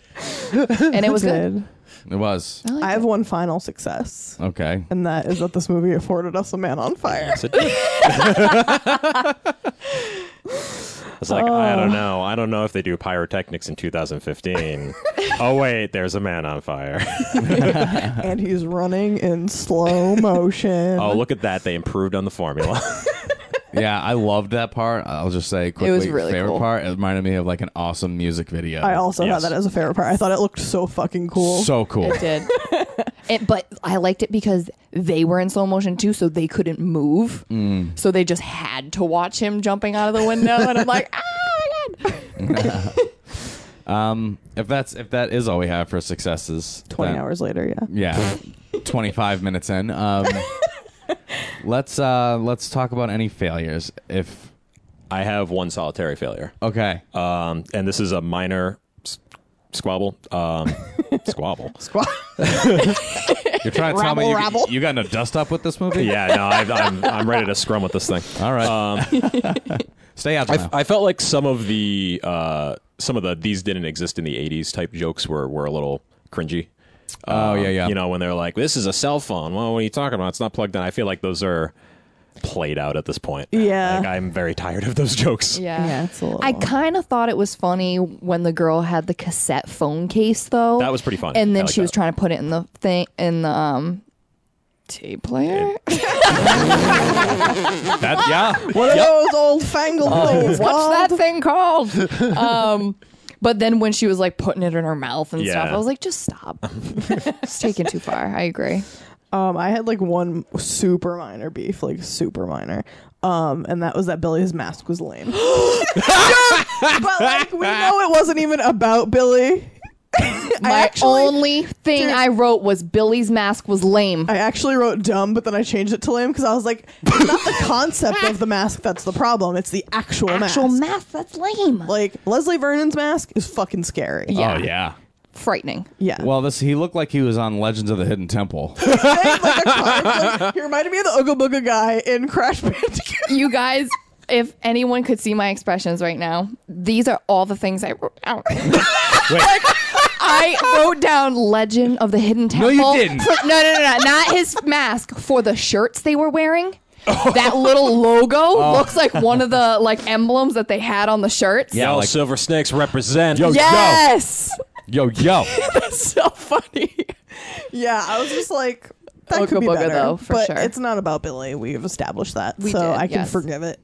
Speaker 5: And it was good.
Speaker 4: Good.
Speaker 3: it was
Speaker 4: I have one final success,
Speaker 3: okay.
Speaker 4: and that is that this movie afforded us a man on fire.
Speaker 7: It's like I
Speaker 5: Oh.
Speaker 7: don't know. I don't know if they do pyrotechnics in 2015. oh wait, there's a man on fire.
Speaker 4: and he's running in slow motion.
Speaker 7: oh look at that! They improved on the formula.
Speaker 3: yeah, I loved that part. I'll just say quickly.
Speaker 5: was really
Speaker 3: favorite
Speaker 5: cool.
Speaker 3: part. It reminded me of like an awesome music video.
Speaker 4: I also
Speaker 7: Yes.
Speaker 4: had that as a favorite part. I thought it looked so fucking cool.
Speaker 3: so cool.
Speaker 5: It did. it, but I liked it because they were in slow motion too, so they couldn't move. So they just had to watch him jumping out of the window, and I'm like, ah, my God.
Speaker 3: Um, if that's if that is all we have for successes,
Speaker 4: Twenty
Speaker 3: then-
Speaker 4: hours later, yeah.
Speaker 3: Yeah, twenty five minutes in. Um, let's uh let's talk about any failures. If
Speaker 7: I have one solitary failure.
Speaker 3: okay,
Speaker 7: Um, and this is a minor s- squabble. Um, squabble.
Speaker 3: you're trying to tell me
Speaker 4: Rabble,
Speaker 3: you,
Speaker 4: rabble.
Speaker 3: you got in a dust up with this movie?
Speaker 7: Yeah, no, I've, I'm I'm ready to scrum with this thing.
Speaker 3: All right.
Speaker 7: Um,
Speaker 3: Stay out.
Speaker 7: I,
Speaker 3: now.
Speaker 7: I felt like some of the uh, some of the these didn't exist in the '80s type jokes were were a little cringy. Um,
Speaker 3: Oh, yeah, yeah.
Speaker 7: You know when they're like, "This is a cell phone." Well, what are you talking about? It's not plugged in. I feel like those are played out at this point.
Speaker 4: Yeah.
Speaker 7: like, I'm very tired of those jokes.
Speaker 5: yeah.
Speaker 4: Yeah, it's a little-
Speaker 5: I kind of thought it was funny when the girl had the cassette phone case, though.
Speaker 7: That was pretty funny.
Speaker 5: And
Speaker 7: I
Speaker 5: then
Speaker 7: like
Speaker 5: she was
Speaker 7: that.
Speaker 5: trying to put it in the thing in the um tape player.
Speaker 7: That, yeah,
Speaker 4: What are those old fangled things called?
Speaker 5: What's that thing called? Um, but then when she was like putting it in her mouth and stuff,
Speaker 7: Yeah.
Speaker 5: I was like, just stop. it's taken too far. I agree.
Speaker 4: Um, I had like one super minor beef, like super minor. Um, and that was that Billy's mask was lame. but like we know it wasn't even about Billy.
Speaker 5: My
Speaker 4: actually-
Speaker 5: only thing
Speaker 4: Dude.
Speaker 5: I wrote was Billy's mask was lame.
Speaker 4: I actually wrote dumb, but then I changed it to lame because I was like, it's not the concept of the mask that's the problem. It's the actual,
Speaker 5: Actual
Speaker 4: mask.
Speaker 5: mask, that's lame.
Speaker 4: like Leslie Vernon's mask is fucking scary.
Speaker 5: yeah.
Speaker 3: Oh yeah.
Speaker 5: Frightening.
Speaker 4: Yeah.
Speaker 3: Well, this he looked like he was on Legends of the Hidden Temple.
Speaker 4: like a car, like, he reminded me of the Ooga Booga guy in Crash Bandicoot.
Speaker 5: You guys, if anyone could see my expressions right now, these are all the things I wrote down. Like, I wrote down Legend of the Hidden Temple.
Speaker 3: you didn't.
Speaker 5: For- no, no, no, no, not his mask for the shirts they were wearing. that little logo
Speaker 3: Oh.
Speaker 5: looks like one of the like emblems that they had on the shirts.
Speaker 3: Yeah,
Speaker 7: Yo,
Speaker 3: like-
Speaker 7: silver snakes represent. Yo,
Speaker 5: Yes,
Speaker 3: yo yo.
Speaker 5: so funny.
Speaker 4: yeah, I was just like, that
Speaker 5: Ooga
Speaker 4: could be
Speaker 5: Booga,
Speaker 4: better,
Speaker 5: though, for
Speaker 4: but
Speaker 5: sure.
Speaker 4: it's not about Billy. We've established that,
Speaker 5: We
Speaker 4: so
Speaker 5: did,
Speaker 4: I can
Speaker 5: yes.
Speaker 4: forgive it.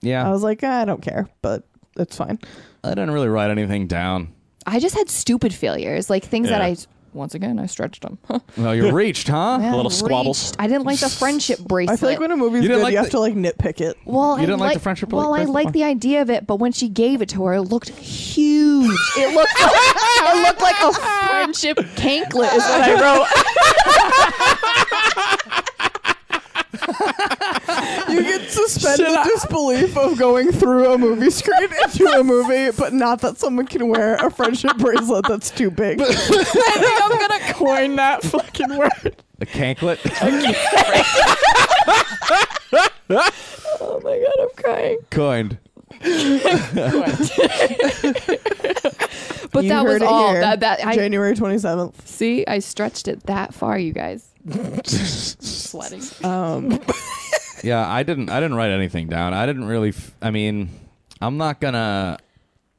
Speaker 3: Yeah.
Speaker 4: I was like, "Ah, I don't care, but it's fine.
Speaker 3: I didn't really write anything down.
Speaker 5: I just had stupid failures, like things that
Speaker 7: Yeah.
Speaker 5: I once again I stretched them.
Speaker 3: Well, you reached, huh?
Speaker 5: Yeah,
Speaker 7: little
Speaker 5: reached.
Speaker 7: squabbles.
Speaker 5: I didn't like the friendship bracelet.
Speaker 4: I feel like when a movie's
Speaker 3: You
Speaker 4: good,
Speaker 3: didn't like
Speaker 4: you have
Speaker 3: the-
Speaker 4: to like nitpick it.
Speaker 5: Well,
Speaker 3: You
Speaker 5: I
Speaker 3: didn't like the friendship bra-
Speaker 5: Well, I
Speaker 3: bracelet
Speaker 5: like
Speaker 3: one?
Speaker 5: the idea of it, but when she gave it to her, it looked huge. It looked, like, it looked like a friendship canklet. Is what I wrote.
Speaker 4: You get suspended disbelief of going through a movie screen into a movie, but not that someone can wear a friendship bracelet that's too big.
Speaker 5: I'm gonna coin that fucking word.
Speaker 3: A canklet.
Speaker 5: Oh my god, I'm crying.
Speaker 3: Coined.
Speaker 5: But
Speaker 4: You
Speaker 5: that
Speaker 4: heard
Speaker 5: was
Speaker 4: it
Speaker 5: all.
Speaker 4: here.
Speaker 5: That, that I
Speaker 4: January twenty seventh.
Speaker 5: see. I stretched it that far, you guys. Sweating.
Speaker 4: Um,
Speaker 3: Yeah, I didn't. I didn't write anything down. I didn't really. F- I mean, I'm not gonna.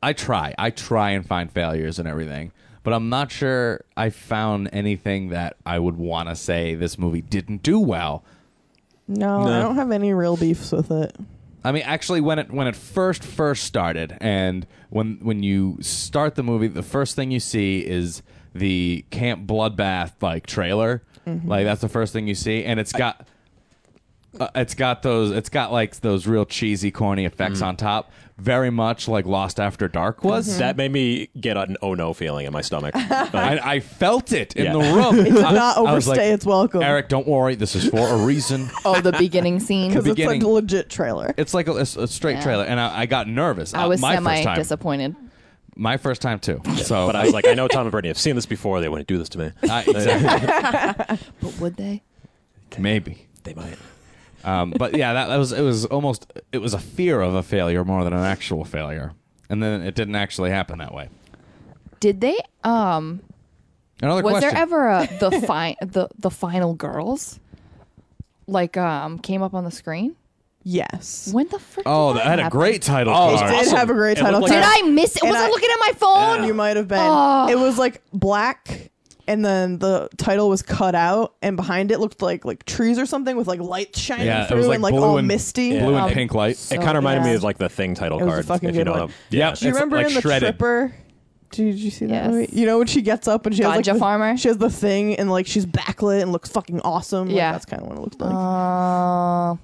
Speaker 3: I try. I try and find failures and everything, but I'm not sure I found anything that I would want to say this movie didn't do well.
Speaker 4: no, I
Speaker 7: No.
Speaker 4: don't have any real beefs with it.
Speaker 3: I mean, actually, when it when it first first started, and when when you start the movie, the first thing you see is the camp bloodbath like trailer.
Speaker 4: Mm-hmm.
Speaker 3: Like that's the first thing you see, and it's got. uh, it's got those. It's got like those real cheesy, corny effects
Speaker 7: Mm.
Speaker 3: on top. Very much like Lost After Dark was.
Speaker 4: Mm-hmm.
Speaker 7: that made me get an oh no feeling in my stomach.
Speaker 3: I, I felt it in
Speaker 7: Yeah.
Speaker 3: the room. It
Speaker 4: did not overstay its welcome.
Speaker 3: Eric, don't worry. This is for a reason.
Speaker 5: Oh, the beginning scene.
Speaker 4: Because it's like
Speaker 3: Beginning.
Speaker 4: a legit trailer.
Speaker 3: It's like a, a straight
Speaker 5: Yeah.
Speaker 3: trailer, and I, I got nervous.
Speaker 5: I was
Speaker 3: my first
Speaker 5: semi
Speaker 3: time.
Speaker 5: disappointed.
Speaker 3: My first time too. So,
Speaker 7: but I was like, I know Tom and Brittany have seen this before. They wouldn't do this to me.
Speaker 3: I, exactly.
Speaker 5: But would they?
Speaker 3: maybe.
Speaker 7: They might.
Speaker 3: Um, but yeah, that, that was it. Was almost it was a fear of a failure more than an actual failure, and then it didn't actually happen that way.
Speaker 5: Did they? Um.
Speaker 3: Another
Speaker 5: was
Speaker 3: question.
Speaker 5: there ever a the fi- the the final girls like um came up on the screen
Speaker 4: Yes.
Speaker 5: When the frick?
Speaker 3: Oh,
Speaker 5: did
Speaker 3: that had a
Speaker 5: happen?
Speaker 3: great title card.
Speaker 7: Oh, it
Speaker 4: Did
Speaker 7: Awesome.
Speaker 4: have a great
Speaker 7: It
Speaker 4: title.
Speaker 7: looked
Speaker 5: Did
Speaker 7: like-
Speaker 4: card.
Speaker 5: I miss it?
Speaker 4: And
Speaker 5: Was I,
Speaker 4: I-
Speaker 5: looking at my phone?
Speaker 4: You might have been.
Speaker 5: Oh.
Speaker 4: It was like black, and then the title was cut out, and behind it looked like like trees or something with like lights shining
Speaker 3: Yeah, it
Speaker 4: through
Speaker 3: was like
Speaker 4: and like
Speaker 3: blue
Speaker 4: all
Speaker 3: and-
Speaker 4: misty.
Speaker 3: Blue
Speaker 7: Yeah.
Speaker 3: and pink light.
Speaker 7: It kind of reminded me
Speaker 4: Oh, yeah.
Speaker 7: of like the thing title
Speaker 4: It was a
Speaker 7: card.
Speaker 4: fucking
Speaker 7: if you
Speaker 4: good
Speaker 7: know
Speaker 4: one.
Speaker 7: what I'm- Yeah,
Speaker 4: Do you
Speaker 3: It's,
Speaker 4: remember
Speaker 3: like,
Speaker 4: in the
Speaker 3: shredded.
Speaker 4: stripper? Did you see that
Speaker 5: Yes.
Speaker 4: movie? You know when she gets up and she has like
Speaker 5: Ganja
Speaker 4: the-
Speaker 5: farmer?
Speaker 4: She has the thing and like she's backlit and looks fucking awesome. Like,
Speaker 5: Yeah.
Speaker 4: that's kind of what it looked like.
Speaker 5: Uh,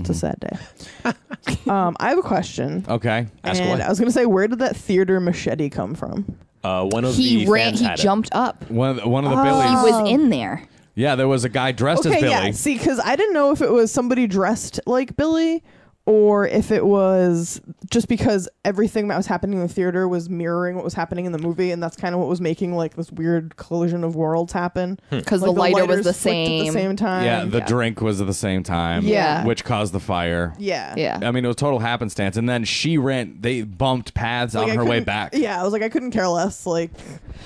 Speaker 4: it's a
Speaker 3: Mm-hmm.
Speaker 4: sad day. um, I have a question.
Speaker 3: Okay.
Speaker 7: Ask
Speaker 4: and
Speaker 7: away.
Speaker 4: I was gonna say, where did that theater machete come from?
Speaker 7: uh, one of
Speaker 5: he
Speaker 7: the
Speaker 5: ran.
Speaker 7: fans
Speaker 5: He
Speaker 7: had it.
Speaker 5: jumped up.
Speaker 3: One of the, one of the
Speaker 5: oh, He
Speaker 3: Billies.
Speaker 5: was in there.
Speaker 3: Yeah, there was a guy dressed as
Speaker 4: Okay,
Speaker 3: Billy.
Speaker 4: yeah. See, because I didn't know if it was somebody dressed like Billy or if it was just because everything that was happening in the theater was mirroring what was happening in the movie, and that's kind of what was making like this weird collision of worlds happen.
Speaker 5: Because
Speaker 4: Like,
Speaker 5: the lighter was
Speaker 4: lighters
Speaker 5: the
Speaker 4: flicked
Speaker 5: same.
Speaker 4: at the same time.
Speaker 3: Hmm. Yeah, the drink was at the same time.
Speaker 5: Yeah.
Speaker 3: Which caused the fire.
Speaker 4: yeah,
Speaker 5: Yeah.
Speaker 3: I mean, it was total happenstance. And then she ran, they bumped paths
Speaker 4: Like,
Speaker 3: on
Speaker 4: I
Speaker 3: her way
Speaker 4: couldn't-
Speaker 3: back.
Speaker 4: Yeah, I was like, I couldn't care less. Like,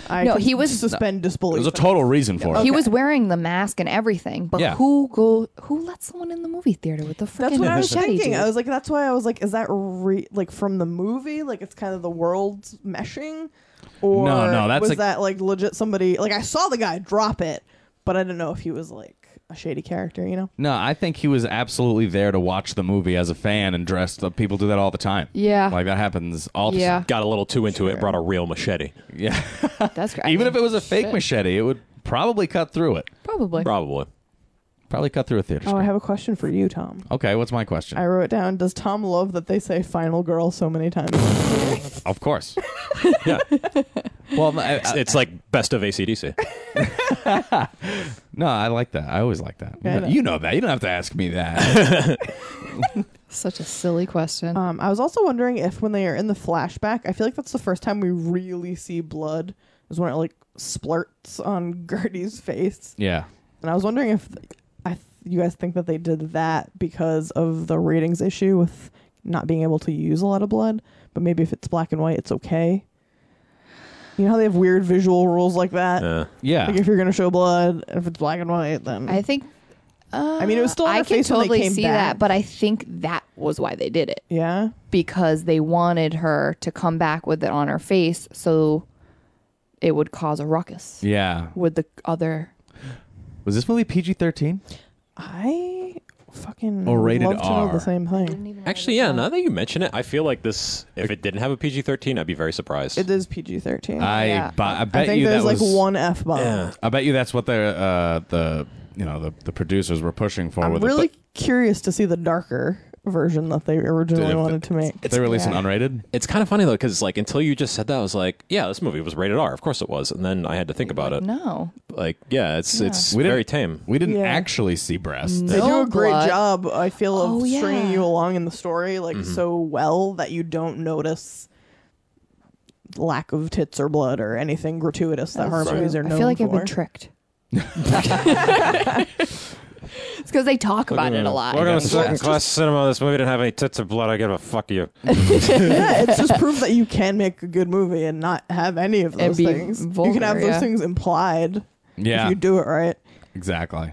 Speaker 4: I
Speaker 5: No,
Speaker 4: can
Speaker 5: he was-
Speaker 4: suspend
Speaker 3: It
Speaker 4: disbelief.
Speaker 3: was a total reason for
Speaker 5: He
Speaker 3: it.
Speaker 5: was wearing the mask and everything, but
Speaker 3: Yeah.
Speaker 5: who go who lets someone in the movie theater with the
Speaker 4: That's
Speaker 5: freaking
Speaker 4: what I was
Speaker 5: machete?
Speaker 4: thinking.
Speaker 5: dude?
Speaker 4: I was like, that's why I was like, is that re- like from the movie? Like, it's kind of the worlds meshing, or
Speaker 3: No, no, that's
Speaker 4: was
Speaker 3: like-
Speaker 4: that like legit somebody? Like, I saw the guy drop it, but I didn't know if he was like a shady character. You know?
Speaker 3: No, I think he was absolutely there to watch the movie as a fan and dressed up. People do that all the time.
Speaker 5: Yeah.
Speaker 3: Like that happens all the
Speaker 5: yeah,
Speaker 3: time.
Speaker 7: Got a little too into it. Brought a real machete.
Speaker 3: Yeah.
Speaker 5: that's great.
Speaker 3: Even if it was a fake
Speaker 5: shit.
Speaker 3: machete, it would probably cut through it.
Speaker 5: probably.
Speaker 7: Probably.
Speaker 3: Probably cut through a theater.
Speaker 4: Oh, I
Speaker 3: screen.
Speaker 4: have a question for you, Tom.
Speaker 3: okay, what's my question?
Speaker 4: I wrote down: Does Tom love that they say "final girl" so many times?
Speaker 3: of course.
Speaker 7: Yeah.
Speaker 3: well, I- I-
Speaker 7: It's like best of ACDC.
Speaker 3: no, I like that. I always like that.
Speaker 4: Yeah, I know.
Speaker 3: You know that. You don't have to ask me that.
Speaker 5: Such a silly question.
Speaker 4: um, I was also wondering if when they are in the flashback, I feel like that's the first time we really see blood. Is when it like splurts on Gertie's face.
Speaker 3: yeah.
Speaker 4: And I was wondering if I th- you guys think that they did that because of the ratings issue with not being able to use a lot of blood, but maybe if it's black and white, it's okay. You know how they have weird visual rules like that?
Speaker 7: Yeah.
Speaker 3: Yeah.
Speaker 4: Like if you're gonna show blood, if it's black and white, then
Speaker 5: I think. Uh,
Speaker 4: Mm. mean, it was still on
Speaker 5: I
Speaker 4: her
Speaker 5: can
Speaker 4: face when they
Speaker 5: totally
Speaker 4: came
Speaker 5: see
Speaker 4: back.
Speaker 5: that, but I think that was why they did it
Speaker 4: yeah,
Speaker 5: because they wanted her to come back with it on her face, so it would cause a ruckus
Speaker 3: yeah.
Speaker 5: with the other.
Speaker 3: Was this movie PG 13?
Speaker 4: I fucking
Speaker 3: Or Oh, rated
Speaker 4: love to know
Speaker 3: R.
Speaker 4: the same thing.
Speaker 7: Actually, yeah. Now that you mention it, I feel like this. If it didn't have a PG thirteen, I'd be very surprised.
Speaker 4: It is PG thirteen.
Speaker 3: I,
Speaker 5: Yeah.
Speaker 3: bu- I bet
Speaker 4: I think
Speaker 3: you
Speaker 4: there's
Speaker 3: that
Speaker 4: like
Speaker 3: was
Speaker 4: one f bomb.
Speaker 7: Yeah.
Speaker 3: I bet you that's what the uh, the you know the, the producers were pushing for.
Speaker 4: I'm
Speaker 3: with
Speaker 4: really
Speaker 3: it,
Speaker 4: curious to see the darker version that they originally
Speaker 3: Dude, if-
Speaker 4: wanted to make.
Speaker 3: but they released an unrated.
Speaker 7: It's kind of funny though, because like until you just said that, I was like, yeah, this movie was rated R. Of course it was, and then I had to think about it.
Speaker 5: No,
Speaker 7: Like, yeah, it's it's
Speaker 3: We didn't-
Speaker 7: very tame.
Speaker 3: We didn't
Speaker 4: Yeah.
Speaker 3: actually see breasts.
Speaker 4: They do
Speaker 5: No
Speaker 4: a great
Speaker 5: blood.
Speaker 4: job, I feel, of
Speaker 5: Oh,
Speaker 4: stringing
Speaker 5: yeah.
Speaker 4: you along in the story like
Speaker 3: Mm-hmm.
Speaker 4: so well that you don't notice lack of tits or blood or anything gratuitous that horror movies are known
Speaker 5: I feel like
Speaker 4: for.
Speaker 5: I've been tricked. it's because they talk about it a lot.
Speaker 3: Welcome to
Speaker 7: Second
Speaker 3: second
Speaker 7: class cinema. This movie didn't have any tits or blood. I give a fuck you.
Speaker 4: yeah, it's just proof that you can make a good movie and not have any of those
Speaker 5: be
Speaker 4: things. you
Speaker 5: vulgar,
Speaker 4: can have those
Speaker 5: yeah.
Speaker 4: things implied
Speaker 3: Yeah,
Speaker 4: if you do it right.
Speaker 3: exactly.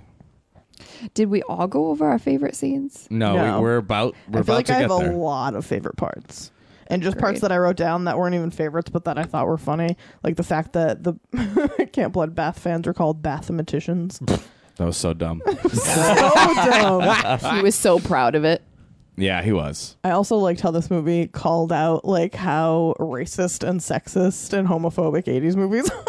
Speaker 5: Did we all go over our favorite scenes?
Speaker 3: No,
Speaker 4: No.
Speaker 3: We, we're about we're
Speaker 4: I
Speaker 3: about
Speaker 4: feel like
Speaker 3: to
Speaker 4: I
Speaker 3: get
Speaker 4: have
Speaker 3: there.
Speaker 4: a lot of favorite parts. And just parts
Speaker 5: Agreed.
Speaker 4: that I wrote down that weren't even favorites, but that I thought were funny, like the fact that the Camp Blood Bath fans are called Bathomaticians.
Speaker 3: That was so dumb.
Speaker 4: so dumb.
Speaker 5: he was so proud of it.
Speaker 3: yeah, he was.
Speaker 4: I also liked how this movie called out like how racist and sexist and homophobic 80s movies are.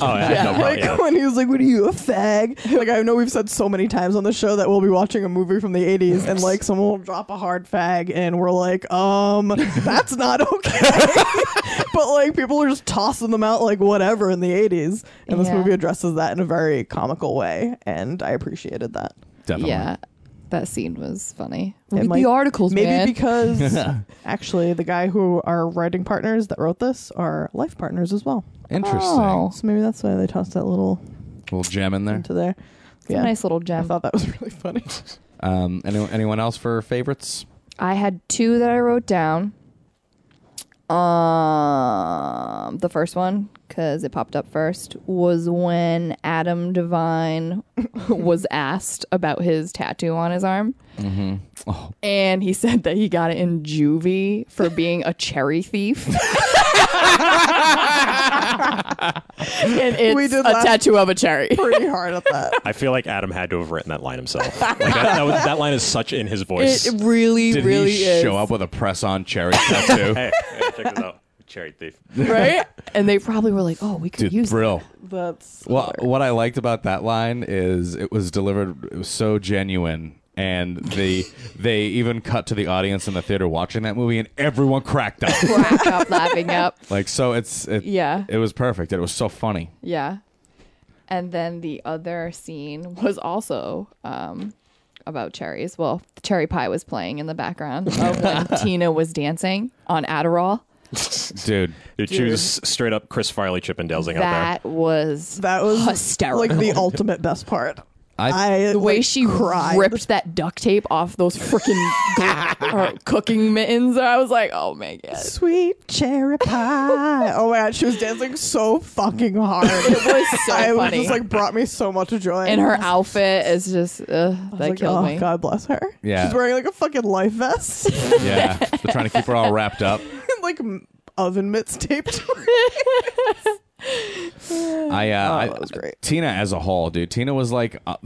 Speaker 7: Oh yeah, no problem.
Speaker 4: like
Speaker 7: Yeah.
Speaker 4: when he was like, "What are you a fag?" Like I know we've said so many times on the show that we'll be watching a movie from the '80s and like someone will drop a hard fag and we're like, "Um, that's not okay." but like people are just tossing them out like whatever in the '80s, and this
Speaker 5: Yeah.
Speaker 4: movie addresses that in a very comical way, and I appreciated that.
Speaker 3: Definitely.
Speaker 5: Yeah, that scene was funny.
Speaker 4: It
Speaker 5: Read
Speaker 4: might-
Speaker 5: the articles,
Speaker 4: Maybe
Speaker 5: man.
Speaker 4: because actually the guy who are writing partners that wrote this are life partners as well.
Speaker 3: Interesting.
Speaker 5: Oh.
Speaker 4: So maybe that's why they tossed that little
Speaker 3: Little gem in there.
Speaker 4: into there.
Speaker 5: It's a nice little gem.
Speaker 4: I thought that was really funny.
Speaker 3: Um, any, anyone else for favorites?
Speaker 5: I had two that I wrote down. Um, the first one because it popped up first was when Adam Devine was asked about his tattoo on his arm, and he said that he got it in juvie for being a cherry thief. and it's
Speaker 4: We did
Speaker 5: a
Speaker 4: laugh.
Speaker 5: tattoo of a cherry.
Speaker 4: pretty hard at that.
Speaker 7: I feel like Adam had to have written that line himself. Like that, that, was, that line is such in his voice.
Speaker 5: It really,
Speaker 3: Did
Speaker 5: really
Speaker 3: he
Speaker 5: is.
Speaker 3: show up with a press-on cherry tattoo?
Speaker 7: hey, hey, check this out. Cherry thief.
Speaker 5: right? And they probably were like, "Oh, we could
Speaker 3: Dude,
Speaker 5: use that."
Speaker 3: brill.
Speaker 4: That's
Speaker 3: Well, what I liked about that line is it was delivered it was so genuine, and the they even cut to the audience in the theater watching that movie, and everyone cracked up.
Speaker 5: crack up, laughing up.
Speaker 3: like so, it's it,
Speaker 5: Yeah.
Speaker 3: it was perfect. It was so funny.
Speaker 5: Yeah. And then the other scene was also um, about cherries. Well, the cherry pie was playing in the background of when Tina was dancing on Adderall.
Speaker 3: Dude,
Speaker 7: Dude, she was straight up Chris Farley chippendalesing out
Speaker 5: That was
Speaker 4: that was
Speaker 5: hysterical.
Speaker 4: Like the ultimate best part. I,
Speaker 5: the way
Speaker 4: like,
Speaker 5: she
Speaker 4: cried.
Speaker 5: ripped that duct tape off those freaking gl- or cooking mittens. I was like, oh my god.
Speaker 4: Sweet cherry pie. oh my god, she was dancing so fucking hard.
Speaker 5: It was so
Speaker 4: I was
Speaker 5: funny.
Speaker 4: just like brought me so much joy.
Speaker 5: and her outfit is just ugh, that
Speaker 4: I was like,
Speaker 5: killed
Speaker 4: oh,
Speaker 5: me.
Speaker 4: God bless her.
Speaker 3: Yeah.
Speaker 4: she's wearing like a fucking life vest, and,
Speaker 3: yeah, they're trying to keep her all wrapped up.
Speaker 4: like m- oven mitts taped. to her.
Speaker 3: I, uh, I-
Speaker 4: Oh, that was great.
Speaker 3: Tina as a whole, dude. Tina was like uh,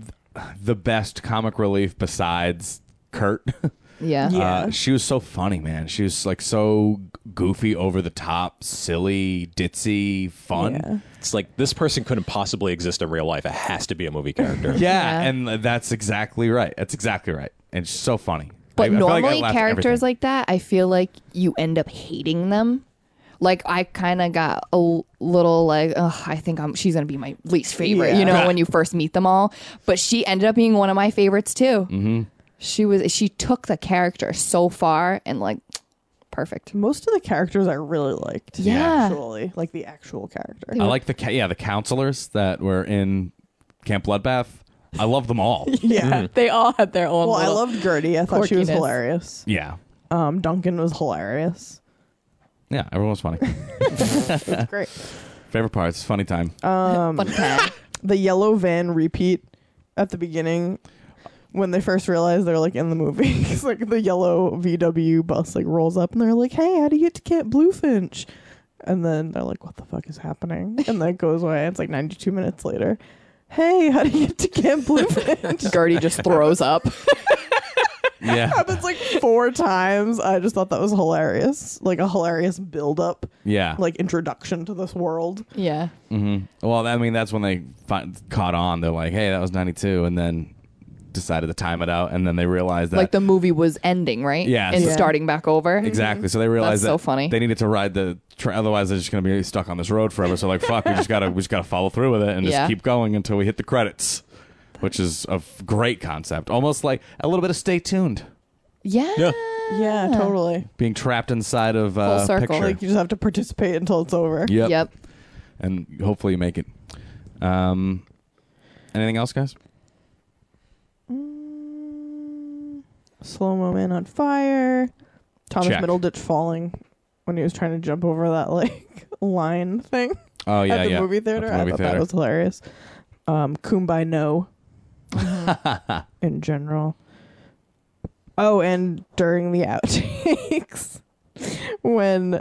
Speaker 3: the best comic relief besides Kurt.
Speaker 5: Yeah.
Speaker 4: Yeah.
Speaker 3: Uh, she was so funny, man. She was like so goofy, over the top, silly, ditzy, fun.
Speaker 4: Yeah.
Speaker 7: there. It's like this person couldn't possibly exist in real life. It has to be a movie character.
Speaker 3: Yeah,
Speaker 5: Yeah.
Speaker 3: and that's exactly right. That's exactly right. And she's so funny.
Speaker 5: But
Speaker 3: I- I feel like I
Speaker 5: normally,
Speaker 3: laughed at
Speaker 5: characters
Speaker 3: everything.
Speaker 5: like that, I feel like you end up hating them. Like I kind of got a l- little like, Ugh, I think I'm, she's gonna be my least favorite,
Speaker 4: Yeah.
Speaker 5: you know, when you first meet them all. But she ended up being one of my favorites too. Mm-hmm. She was she took the character so far and like perfect.
Speaker 4: Most of the characters I really liked.
Speaker 5: Yeah,
Speaker 4: actually, like the actual character.
Speaker 3: I like the ca- yeah the counselors that were in Camp Bloodbath. I love them all.
Speaker 4: Yeah.
Speaker 5: they all had their own.
Speaker 4: Well, I loved Gertie. I thought she was
Speaker 5: Mm. quirkiness.
Speaker 4: hilarious.
Speaker 3: yeah,
Speaker 4: Um, Duncan was hilarious.
Speaker 3: yeah, everyone was funny.
Speaker 4: Great.
Speaker 3: Favorite parts, funny time.
Speaker 5: Uh, fun time.
Speaker 4: The yellow van repeat at the beginning when they first realize they're like in the movie. it's like the yellow VW bus like rolls up and they're like, "Hey, how do you get to Camp Bluefinch?" And then they're like, "What the fuck is happening?" And then it goes away. It's like 92 minutes later. Hey, how do you get to Camp Bluefinch?
Speaker 5: Gertie just throws up.
Speaker 3: Yeah,
Speaker 4: happens like four times. I just thought that was hilarious. Like a hilarious build up,
Speaker 3: yeah.
Speaker 4: like introduction to this world.
Speaker 5: yeah,
Speaker 3: well, I mean that's when they fi- caught on. They're like, hey, that was ninety two, and then decided to time it out, and then they realized that
Speaker 5: like the movie was ending right.
Speaker 3: Yeah.
Speaker 5: and
Speaker 3: Yeah.
Speaker 5: starting back over.
Speaker 3: Exactly. So they realized
Speaker 5: so
Speaker 3: that
Speaker 5: funny.
Speaker 3: they needed to ride the tra- otherwise they're just going to be stuck on this road forever. So like fuck, we just got to we just got to follow through with it and
Speaker 5: Yeah.
Speaker 3: just keep going until we hit the credits, which is a f- great concept. Almost like a little bit of stay tuned,
Speaker 5: Yeah.
Speaker 7: Yeah.
Speaker 5: Ah.
Speaker 4: Yeah, totally.
Speaker 3: being trapped inside of uh,
Speaker 5: circle.
Speaker 3: picture.
Speaker 4: Like you just have to participate until it's over.
Speaker 3: yep.
Speaker 5: yep.
Speaker 3: And hopefully you make it. Um anything else, guys?
Speaker 4: Slow mo Mm, man on fire. Thomas
Speaker 3: Check.
Speaker 4: Middleditch falling when he was trying to jump over that like line thing
Speaker 3: Oh yeah,
Speaker 4: at the
Speaker 3: yeah.
Speaker 4: movie theater.
Speaker 3: At the
Speaker 4: I
Speaker 3: movie
Speaker 4: thought
Speaker 3: theater.
Speaker 4: that was hilarious. Um, Kumbaya no. in general. Oh, and during the outtakes, when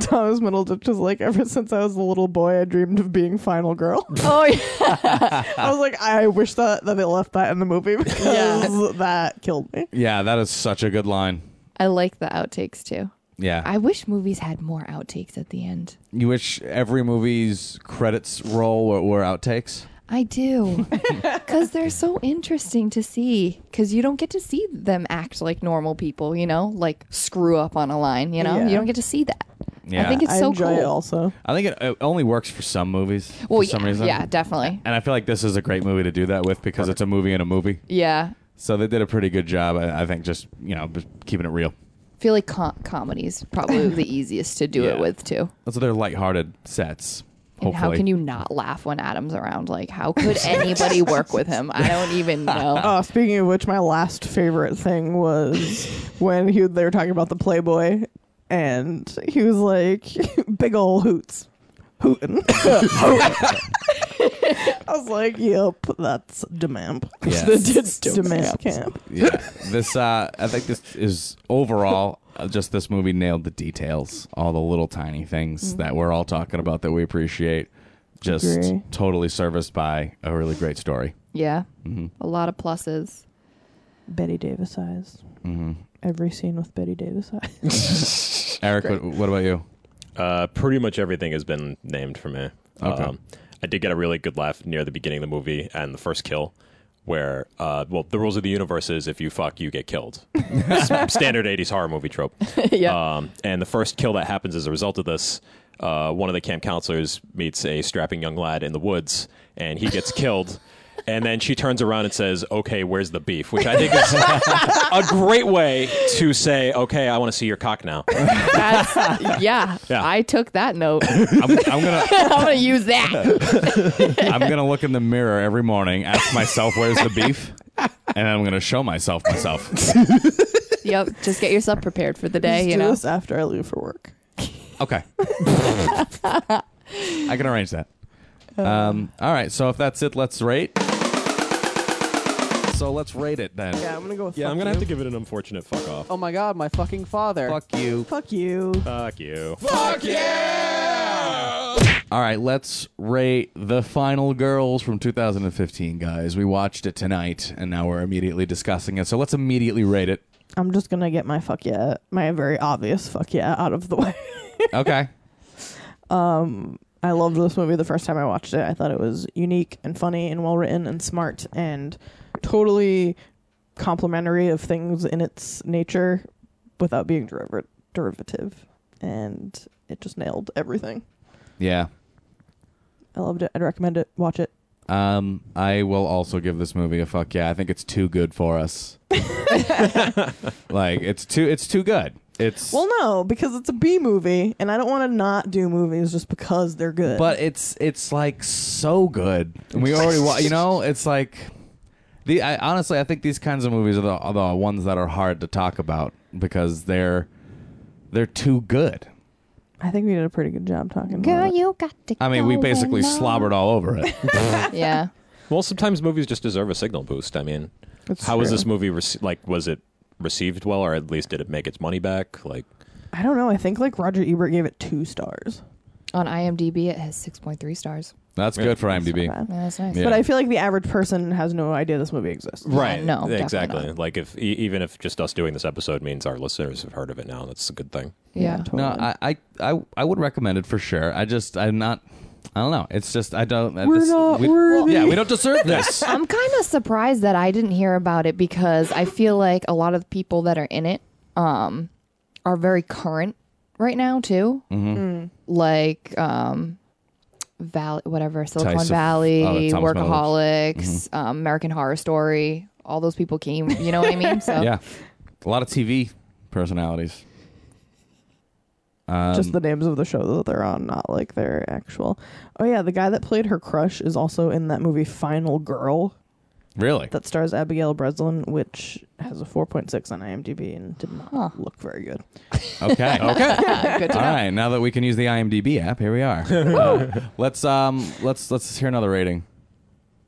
Speaker 4: Thomas Middleditch was like, "Ever since I was a little boy, I dreamed of being final girl."
Speaker 5: Oh yeah.
Speaker 4: I was like, I wish that, that they left that in the movie because that killed me.
Speaker 3: Yeah, that is such a good line.
Speaker 5: I like the outtakes too.
Speaker 3: Yeah.
Speaker 5: I wish movies had more outtakes at the end.
Speaker 3: you wish every movie's credits roll were, were outtakes?
Speaker 5: I do. Because they're so interesting to see. Because you don't get to see them act like normal people, you know? Like screw up on a line, you know?
Speaker 4: Yeah.
Speaker 5: You don't get to see that.
Speaker 3: Yeah.
Speaker 5: I think it's
Speaker 4: I
Speaker 5: so
Speaker 4: enjoy
Speaker 5: cool.
Speaker 4: it also.
Speaker 3: I think it, it only works for some movies
Speaker 5: well,
Speaker 3: for
Speaker 5: yeah,
Speaker 3: some reason.
Speaker 5: yeah, definitely.
Speaker 3: And I feel like this is a great movie to do that with because it's a movie in a movie.
Speaker 5: Yeah.
Speaker 3: So they did a pretty good job, I, I think, just, you know, just keeping it real.
Speaker 5: I feel like com- comedy's probably the easiest to do
Speaker 3: Yeah.
Speaker 5: it with, too.
Speaker 3: Also, they're lighthearted sets. Hopefully.
Speaker 5: And how can you not laugh when Adam's around? Like, how could anybody work with him? I don't even know.
Speaker 4: Oh, speaking of which, my last favorite thing was when he they were talking about the Playboy, and he was like, "Big ol' hoots, hootin'." I was like, yep, that's Demamp.
Speaker 3: Yeah.
Speaker 4: It's Demamp camp.
Speaker 3: yeah. This uh I think this is overall uh, just this movie nailed the details, all the little tiny things that we're all talking about that we appreciate. Just
Speaker 4: Agree.
Speaker 3: totally serviced by a really great story. Mm-hmm.
Speaker 5: Yeah. A lot of pluses.
Speaker 4: Betty Davis eyes.
Speaker 3: Mm-hmm.
Speaker 4: Every scene with Betty Davis eyes.
Speaker 3: Eric, what, what about you?
Speaker 7: Uh, pretty much everything has been named for me. Um,
Speaker 3: Okay.
Speaker 7: I did get a really good laugh near the beginning of the movie and the first kill, where, uh, well, the rules of the universe is if you fuck, you get killed. S- Standard 80s horror movie trope.
Speaker 5: yeah.
Speaker 7: Um, and the first kill that happens as a result of this, uh, one of the camp counselors meets a strapping young lad in the woods, and he gets killed. And then she turns around and says, "Okay, where's the beef?" Which I think is a great way to say, "Okay, I want to see your cock now."
Speaker 5: That's, yeah.
Speaker 7: Yeah.
Speaker 5: I took that note.
Speaker 3: I'm, I'm gonna
Speaker 5: I'm going to use that.
Speaker 3: I'm gonna look in the mirror every morning, ask myself where's the beef, and I'm gonna show myself myself.
Speaker 5: yep. Just get yourself prepared for the day,
Speaker 4: Just
Speaker 5: you
Speaker 4: do
Speaker 5: know.
Speaker 4: this after I leave for work.
Speaker 3: Okay. I can arrange that. Um, all right, so if that's it, let's rate. So let's rate it then.
Speaker 4: Yeah, I'm gonna go with.
Speaker 7: Yeah,
Speaker 4: fuck
Speaker 7: I'm gonna
Speaker 4: you.
Speaker 7: have to give it an unfortunate fuck off.
Speaker 9: Oh my god, my fucking father.
Speaker 3: Fuck you.
Speaker 4: Fuck you.
Speaker 7: Fuck you.
Speaker 3: All right, let's rate The Final Girls from 2015, guys. We watched it tonight, and now we're immediately discussing it. So let's immediately rate it.
Speaker 4: I'm just gonna get my fuck yeah, my very obvious fuck yeah out of the way. Um,
Speaker 3: Okay.
Speaker 4: I loved this movie the first time I watched it. I thought it was unique and funny and well written and smart and totally complimentary of things in its nature without being deriver- derivative. And it just nailed everything.
Speaker 3: yeah.
Speaker 4: I loved it. I'd recommend it. Watch it.
Speaker 3: Um, I will also give this movie a fuck yeah. I think it's too good for us. like it's too it's too good. It's
Speaker 4: Well, no, because it's a B movie, and I don't want to not do movies just because they're good.
Speaker 3: but it's it's like so good. And we already wa- you know it's like the I, honestly I think these kinds of movies are the, are the ones that are hard to talk about because they're they're too good.
Speaker 4: I think we did a pretty good job talking about it.
Speaker 5: you got to
Speaker 3: I mean, we basically slobbered all over it.
Speaker 5: Yeah.
Speaker 7: Well, sometimes movies just deserve a signal boost. I mean,
Speaker 4: That's
Speaker 7: how was
Speaker 4: true.
Speaker 7: this movie rece- like? Was it received well, or at least did it make its money back? Like,
Speaker 4: I don't know. I think like Roger Ebert gave it two stars.
Speaker 5: On IMDb, it has 6.3 stars.
Speaker 3: That's good for IMDb.
Speaker 4: Not bad.
Speaker 5: Yeah, That's nice.
Speaker 3: Yeah.
Speaker 4: But I feel like the average person has no idea this movie exists.
Speaker 5: Right. no, definitely
Speaker 7: exactly.
Speaker 5: not.
Speaker 7: Like, if e- even if just us doing this episode means our listeners have heard of it now, that's a good thing.
Speaker 5: Yeah.
Speaker 3: No, I, I I I would recommend it for sure. I just I'm not. I don't know. It's just I don't. We're
Speaker 4: not worthy.
Speaker 3: Yeah, we don't deserve this.
Speaker 5: I'm kind of surprised that I didn't hear about it because I feel like a lot of the people that are in it um, are very current right now too. Mm-hmm. Like um, Valley, whatever Silicon
Speaker 3: Tyson-
Speaker 5: Valley,
Speaker 3: oh, Thomas Mm-hmm.
Speaker 5: Workaholics, um, American Horror Story. All those people came. You know what I mean? So
Speaker 3: yeah, a lot of TV personalities. um,
Speaker 4: Just the names of the show that they're on, not like their actual. Oh yeah, the guy that played her crush is also in that movie Final Girl
Speaker 3: Really?
Speaker 4: that stars Abigail Breslin, which has a 4.6 on IMDb and did not look very good.
Speaker 3: Okay. okay.
Speaker 5: good to
Speaker 3: All
Speaker 5: know.
Speaker 3: right. Now that we can use the IMDb app, here we are. Uh, let's um let's let's hear another rating.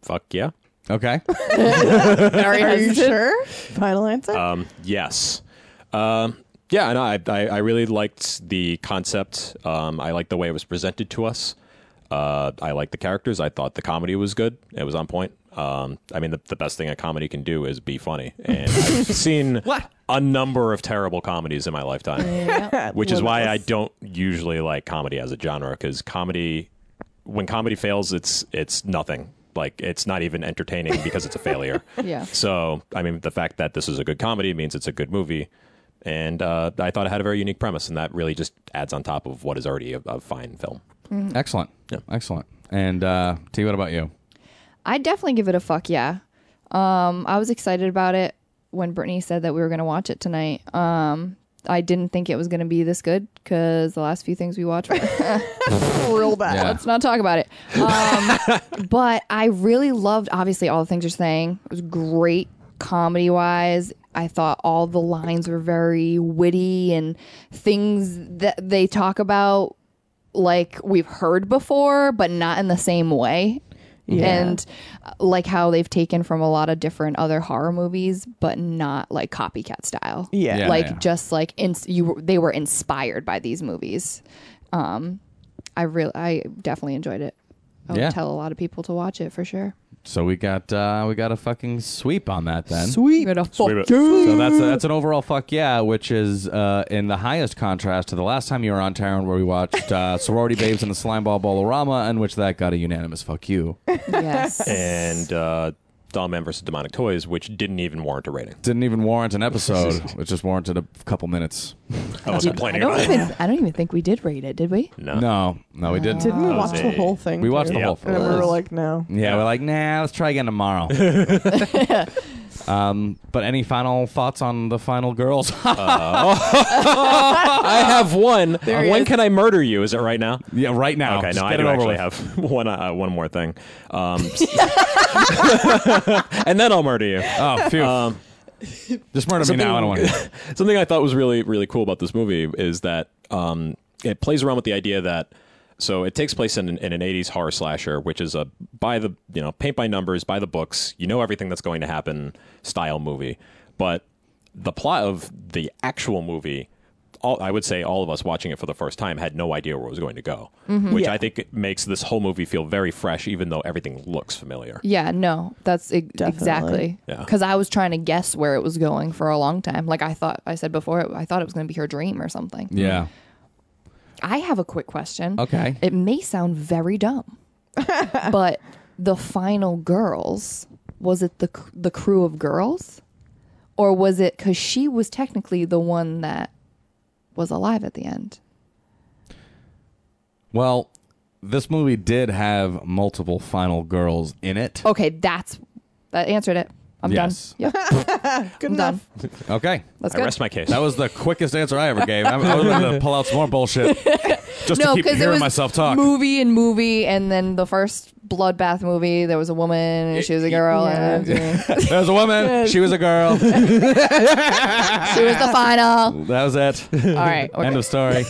Speaker 7: Fuck yeah.
Speaker 3: Okay.
Speaker 4: Are you sure? Final answer.
Speaker 3: Uh,
Speaker 7: Um, yes. Um, yeah, no, I, I, I really liked the concept. Um, I liked the way it was presented to us. Uh, I liked the characters. I thought the comedy was good. It was on point. Um, I mean, the, the best thing a comedy can do is be funny. And I've seen a number of terrible comedies in my lifetime,
Speaker 5: Yeah.
Speaker 7: which is why I don't usually like comedy as a genre because comedy, when comedy fails, it's it's nothing. Like it's not even entertaining because it's a failure.
Speaker 5: Yeah.
Speaker 7: So, I mean, the fact that this is a good comedy means it's a good movie. And uh, I thought it had a very unique premise, and that really just adds on top of what is already a, a fine film.
Speaker 3: Excellent.
Speaker 7: Yeah.
Speaker 3: Excellent. And uh, T, what about you?
Speaker 5: I definitely give it a fuck yeah. Um, I was excited about it when Brittany said that we were going to watch it tonight. Um, I didn't think it was going to be this good because the last few things we watched were
Speaker 4: Real bad.
Speaker 3: Yeah.
Speaker 5: Uh, let's not talk about it. Um, but I really loved, obviously, all the things you're saying. It was great comedy wise. I thought all the lines were very witty and things that they talk about like we've heard before, but not in the same way.
Speaker 4: Yeah.
Speaker 5: and uh, like how they've taken from a lot of different other horror movies, but not like copycat style.
Speaker 4: Yeah.
Speaker 3: Yeah,
Speaker 5: like
Speaker 3: yeah.
Speaker 5: just like ins- you were- they were inspired by these movies. Um, I really, I definitely enjoyed it. I would
Speaker 3: Yeah.
Speaker 5: tell a lot of people to watch it for sure.
Speaker 3: So we got uh, we got a fucking sweep on that then.
Speaker 4: Sweet.
Speaker 5: Gonna fuck
Speaker 7: Sweep it.
Speaker 3: So that's that's an overall fuck yeah, which is uh, in the highest contrast to the last time you were on Taryn, where we watched uh, Sorority Babes and the Slimeball Ballorama, in which that got a unanimous fuck you.
Speaker 5: Yes.
Speaker 7: and uh, Doll Man versus Demonic Toys, which didn't even warrant a rating.
Speaker 3: Didn't even warrant an episode; it just warranted a couple minutes.
Speaker 7: I wasn't planning
Speaker 5: I
Speaker 7: on
Speaker 5: don't
Speaker 7: it.
Speaker 5: even. I don't even think we did rate it, did we?
Speaker 7: No.
Speaker 3: No, no, we didn't.
Speaker 4: Didn't we
Speaker 7: That
Speaker 4: watch
Speaker 7: was
Speaker 4: the
Speaker 7: a-
Speaker 4: whole thing?
Speaker 3: We watched
Speaker 4: too?
Speaker 3: the whole thing.
Speaker 4: And we were like, no.
Speaker 3: Yeah, we're like, nah, let's try again tomorrow. um, but any final thoughts on the final girls?
Speaker 7: I have one. Uh,
Speaker 4: he
Speaker 7: when
Speaker 4: is.
Speaker 7: can I murder you? Is it right now?
Speaker 3: yeah, right now.
Speaker 7: Okay,
Speaker 3: Just
Speaker 7: no, I
Speaker 3: get
Speaker 7: do
Speaker 3: it over
Speaker 7: actually
Speaker 3: with.
Speaker 7: have one uh, one more thing, um, and then I'll murder you.
Speaker 3: Oh, phew. just murder me
Speaker 7: something-
Speaker 3: now. I don't want to.
Speaker 7: something I thought was really really cool about this movie is that um, it plays around with the idea that so it takes place in an, in an 80s horror slasher, which is a by the you know paint by numbers, by the books, you know everything that's going to happen style movie, but the plot of the actual movie. All, I would say all of us watching it for the first time had no idea where it was going to go,
Speaker 3: Mm-hmm.
Speaker 7: which I think makes this whole movie feel very fresh, even though everything looks familiar.
Speaker 5: Yeah, no, that's e-
Speaker 4: Definitely.
Speaker 5: exactly.
Speaker 7: Yeah.
Speaker 5: Because I was trying to guess where it was going for a long time. Like I thought, I said before, I thought it was going to be her dream or something.
Speaker 3: Yeah.
Speaker 5: I have a quick question.
Speaker 3: Okay.
Speaker 5: It may sound very dumb, but the final girls was it the cr- the crew of girls, or was it because she was technically the one that was alive at the end?
Speaker 3: Well, this movie did have multiple final girls in it.
Speaker 5: Okay, that's that answered it. I'm
Speaker 3: Yes.
Speaker 5: done. Yep,
Speaker 4: Good
Speaker 5: I'm done.
Speaker 4: enough.
Speaker 3: Okay.
Speaker 5: Let's
Speaker 7: I
Speaker 5: go.
Speaker 7: rest my case.
Speaker 3: That was the quickest answer I ever gave. I, I was going to pull out some more bullshit just to keep hearing myself talk.
Speaker 5: movie and movie, and then the first bloodbath movie, there was a woman and she was a girl, and
Speaker 3: There was a woman. She was a girl. That
Speaker 5: she was the final.
Speaker 3: was it.
Speaker 5: All right, we're-
Speaker 3: End of story.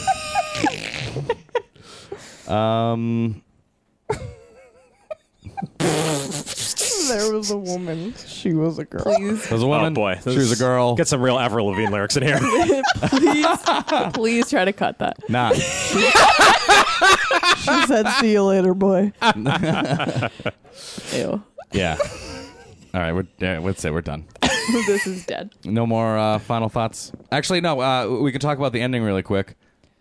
Speaker 3: um.
Speaker 4: There was a woman. She was a girl.
Speaker 5: please,
Speaker 3: There was a woman.
Speaker 7: oh boy,
Speaker 3: she was a girl.
Speaker 7: Get some real Avril Lavigne lyrics in here.
Speaker 5: please, please try to cut that.
Speaker 3: Nah.
Speaker 4: She said, see you later, boy.
Speaker 5: Ew,
Speaker 3: Yeah. All right. We're yeah, let's say we're done.
Speaker 5: this is dead.
Speaker 3: No more uh, final thoughts. Actually, no. Uh, we can talk about the ending really quick.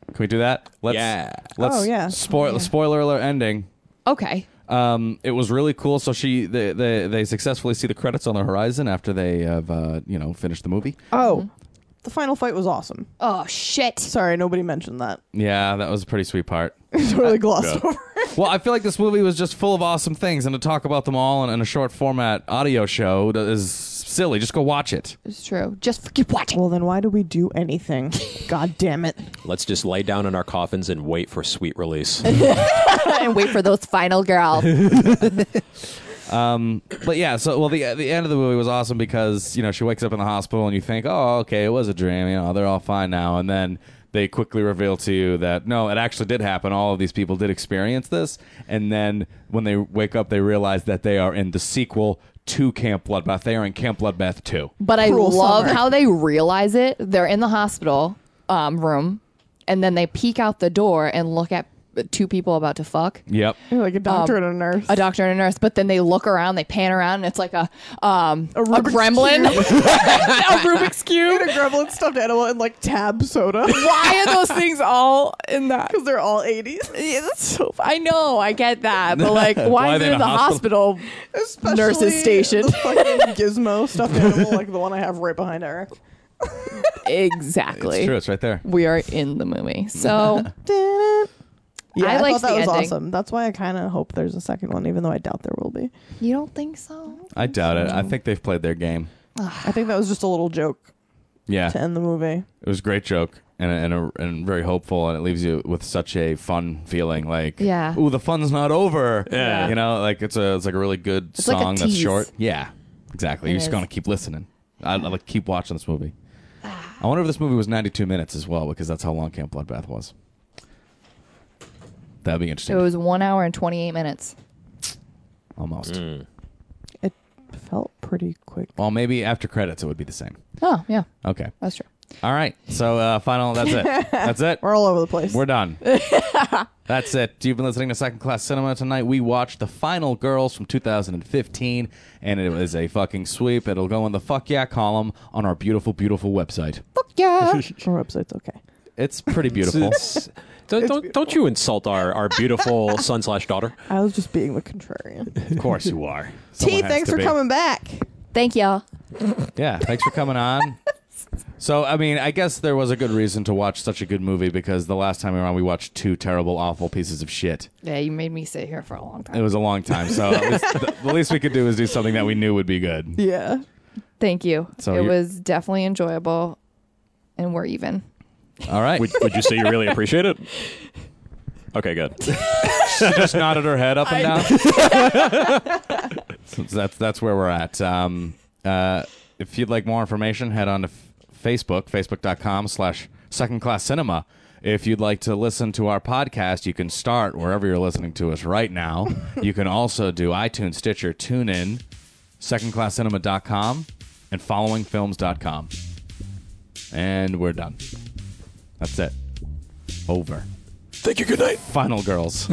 Speaker 3: Can we do that? Let's,
Speaker 7: Yeah.
Speaker 3: Let's
Speaker 4: Oh, yeah.
Speaker 3: Spoil,
Speaker 5: Yeah.
Speaker 3: Spoiler alert ending.
Speaker 5: Okay,
Speaker 3: Um, it was really cool. So she, they, they, they successfully see the credits on the horizon after they have, uh, you know, finished the movie.
Speaker 5: Mm.
Speaker 4: Oh, the final fight was awesome.
Speaker 5: oh shit,
Speaker 4: Sorry, nobody mentioned that.
Speaker 3: Yeah, that was a pretty sweet part.
Speaker 4: totally glossed
Speaker 7: Yeah.
Speaker 4: over.
Speaker 3: well, I feel like this movie was just full of awesome things, and to talk about them all in, in a short format audio show that is silly. Just go watch it.
Speaker 5: it's true. Just fucking watch it.
Speaker 4: Well, then why do we do anything? God damn it.
Speaker 7: Let's just lay down in our coffins and wait for sweet release.
Speaker 5: and wait for those final girls.
Speaker 3: But yeah, so well, the the end of the movie was awesome because you know she wakes up in the hospital and you think, oh, okay, it was a dream. You know, they're all fine now, and then they quickly reveal to you that no, it actually did happen. All of these people did experience this, and then when they wake up, they realize that they are in the sequel to Camp Bloodbath. They are in Camp Bloodbath two.
Speaker 5: But I
Speaker 4: Cruel
Speaker 5: love
Speaker 4: summer.
Speaker 5: how they realize it. They're in the hospital um, room, and then they peek out the door and look at two people about to fuck.
Speaker 3: Yep.
Speaker 4: You're like a doctor
Speaker 5: Um,
Speaker 4: and a nurse.
Speaker 5: a doctor and a nurse, but then they look around, they pan around, and it's like a um, a,
Speaker 4: Rubik's
Speaker 5: gremlin.
Speaker 4: a Rubik's Cube. and a gremlin stuffed animal and like tab soda.
Speaker 5: Why are those things all in that?
Speaker 4: Because they're all 80s.
Speaker 5: Yeah, that's so. I know, I get that, but like, why, is it in the hospital?
Speaker 4: Especially
Speaker 5: Nurses station.
Speaker 4: The fucking gizmo stuffed animal, like the one I have right behind Eric.
Speaker 5: exactly.
Speaker 3: It's true. It's right there.
Speaker 5: We are in the movie, so
Speaker 4: Yeah,
Speaker 5: I
Speaker 4: I, thought
Speaker 5: liked
Speaker 4: that
Speaker 5: the
Speaker 4: was
Speaker 5: ending.
Speaker 4: awesome. That's why I kind of hope there's a second one, even though I doubt there will be.
Speaker 5: you don't think so?
Speaker 3: I doubt it. I think they've played their game.
Speaker 4: I think that was just a little joke
Speaker 3: Yeah.
Speaker 4: to end the movie.
Speaker 3: It was a great joke and and, a, and very hopeful, and it leaves you with such a fun feeling. Like,
Speaker 5: Yeah.
Speaker 3: ooh, the fun's not over.
Speaker 7: Yeah.
Speaker 3: you know, like it's a it's like a really good
Speaker 5: It's like a
Speaker 3: song that's
Speaker 5: tease.
Speaker 3: short. Yeah, exactly. You're just
Speaker 5: is.
Speaker 3: gonna keep listening. I, I like keep watching this movie.
Speaker 5: Ah.
Speaker 3: I wonder if this movie was 92 minutes as well, because that's how long Camp Bloodbath was. That'd be
Speaker 5: It
Speaker 3: interesting.
Speaker 5: was one hour and twenty eight minutes.
Speaker 3: almost.
Speaker 4: It felt pretty quick.
Speaker 3: Well, maybe after credits it would be the same.
Speaker 5: Oh, yeah.
Speaker 3: Okay.
Speaker 5: That's true.
Speaker 3: All right. So uh, final. That's it. That's it.
Speaker 4: We're all over the place.
Speaker 3: We're done. That's it. You've been listening to Second Class Cinema tonight. We watched The Final Girls from 2015, and it was a fucking sweep. It'll go in the fuck yeah column on our beautiful, beautiful website.
Speaker 5: Yeah.
Speaker 4: Our website's okay.
Speaker 3: It's pretty beautiful.
Speaker 7: It's- don't, don't, don't you insult our, our beautiful son slash daughter.
Speaker 4: I was just being the contrarian.
Speaker 3: of course you are.
Speaker 4: T,
Speaker 3: Someone has
Speaker 4: thanks
Speaker 3: to
Speaker 4: for
Speaker 3: be.
Speaker 4: coming back.
Speaker 5: Thank y'all.
Speaker 3: Yeah, thanks for coming on. So, I mean, I guess there was a good reason to watch such a good movie because the last time we were on, we watched two terrible, awful pieces of shit.
Speaker 5: Yeah, you made me sit here for a long time.
Speaker 3: It was a long time, so at least, the, the least we could do is do something that we knew would be good.
Speaker 4: Yeah.
Speaker 5: Thank you.
Speaker 3: So
Speaker 5: it
Speaker 3: you're-
Speaker 5: was definitely enjoyable, and we're even.
Speaker 3: All right.
Speaker 7: Would, would you say you really appreciate it? Okay, good.
Speaker 3: just nodded her head up and down. So that's that's where we're at. Um, uh, if you'd like more information, head on to f- Facebook, facebook.com slash second class cinema. If you'd like to listen to our podcast, you can start wherever you're listening to us right now. you can also do iTunes, Stitcher, TuneIn, secondclasscinema.com, and followingfilms.com. And we're done. That's it. Over.
Speaker 6: Thank you. Good night.
Speaker 3: Final girls.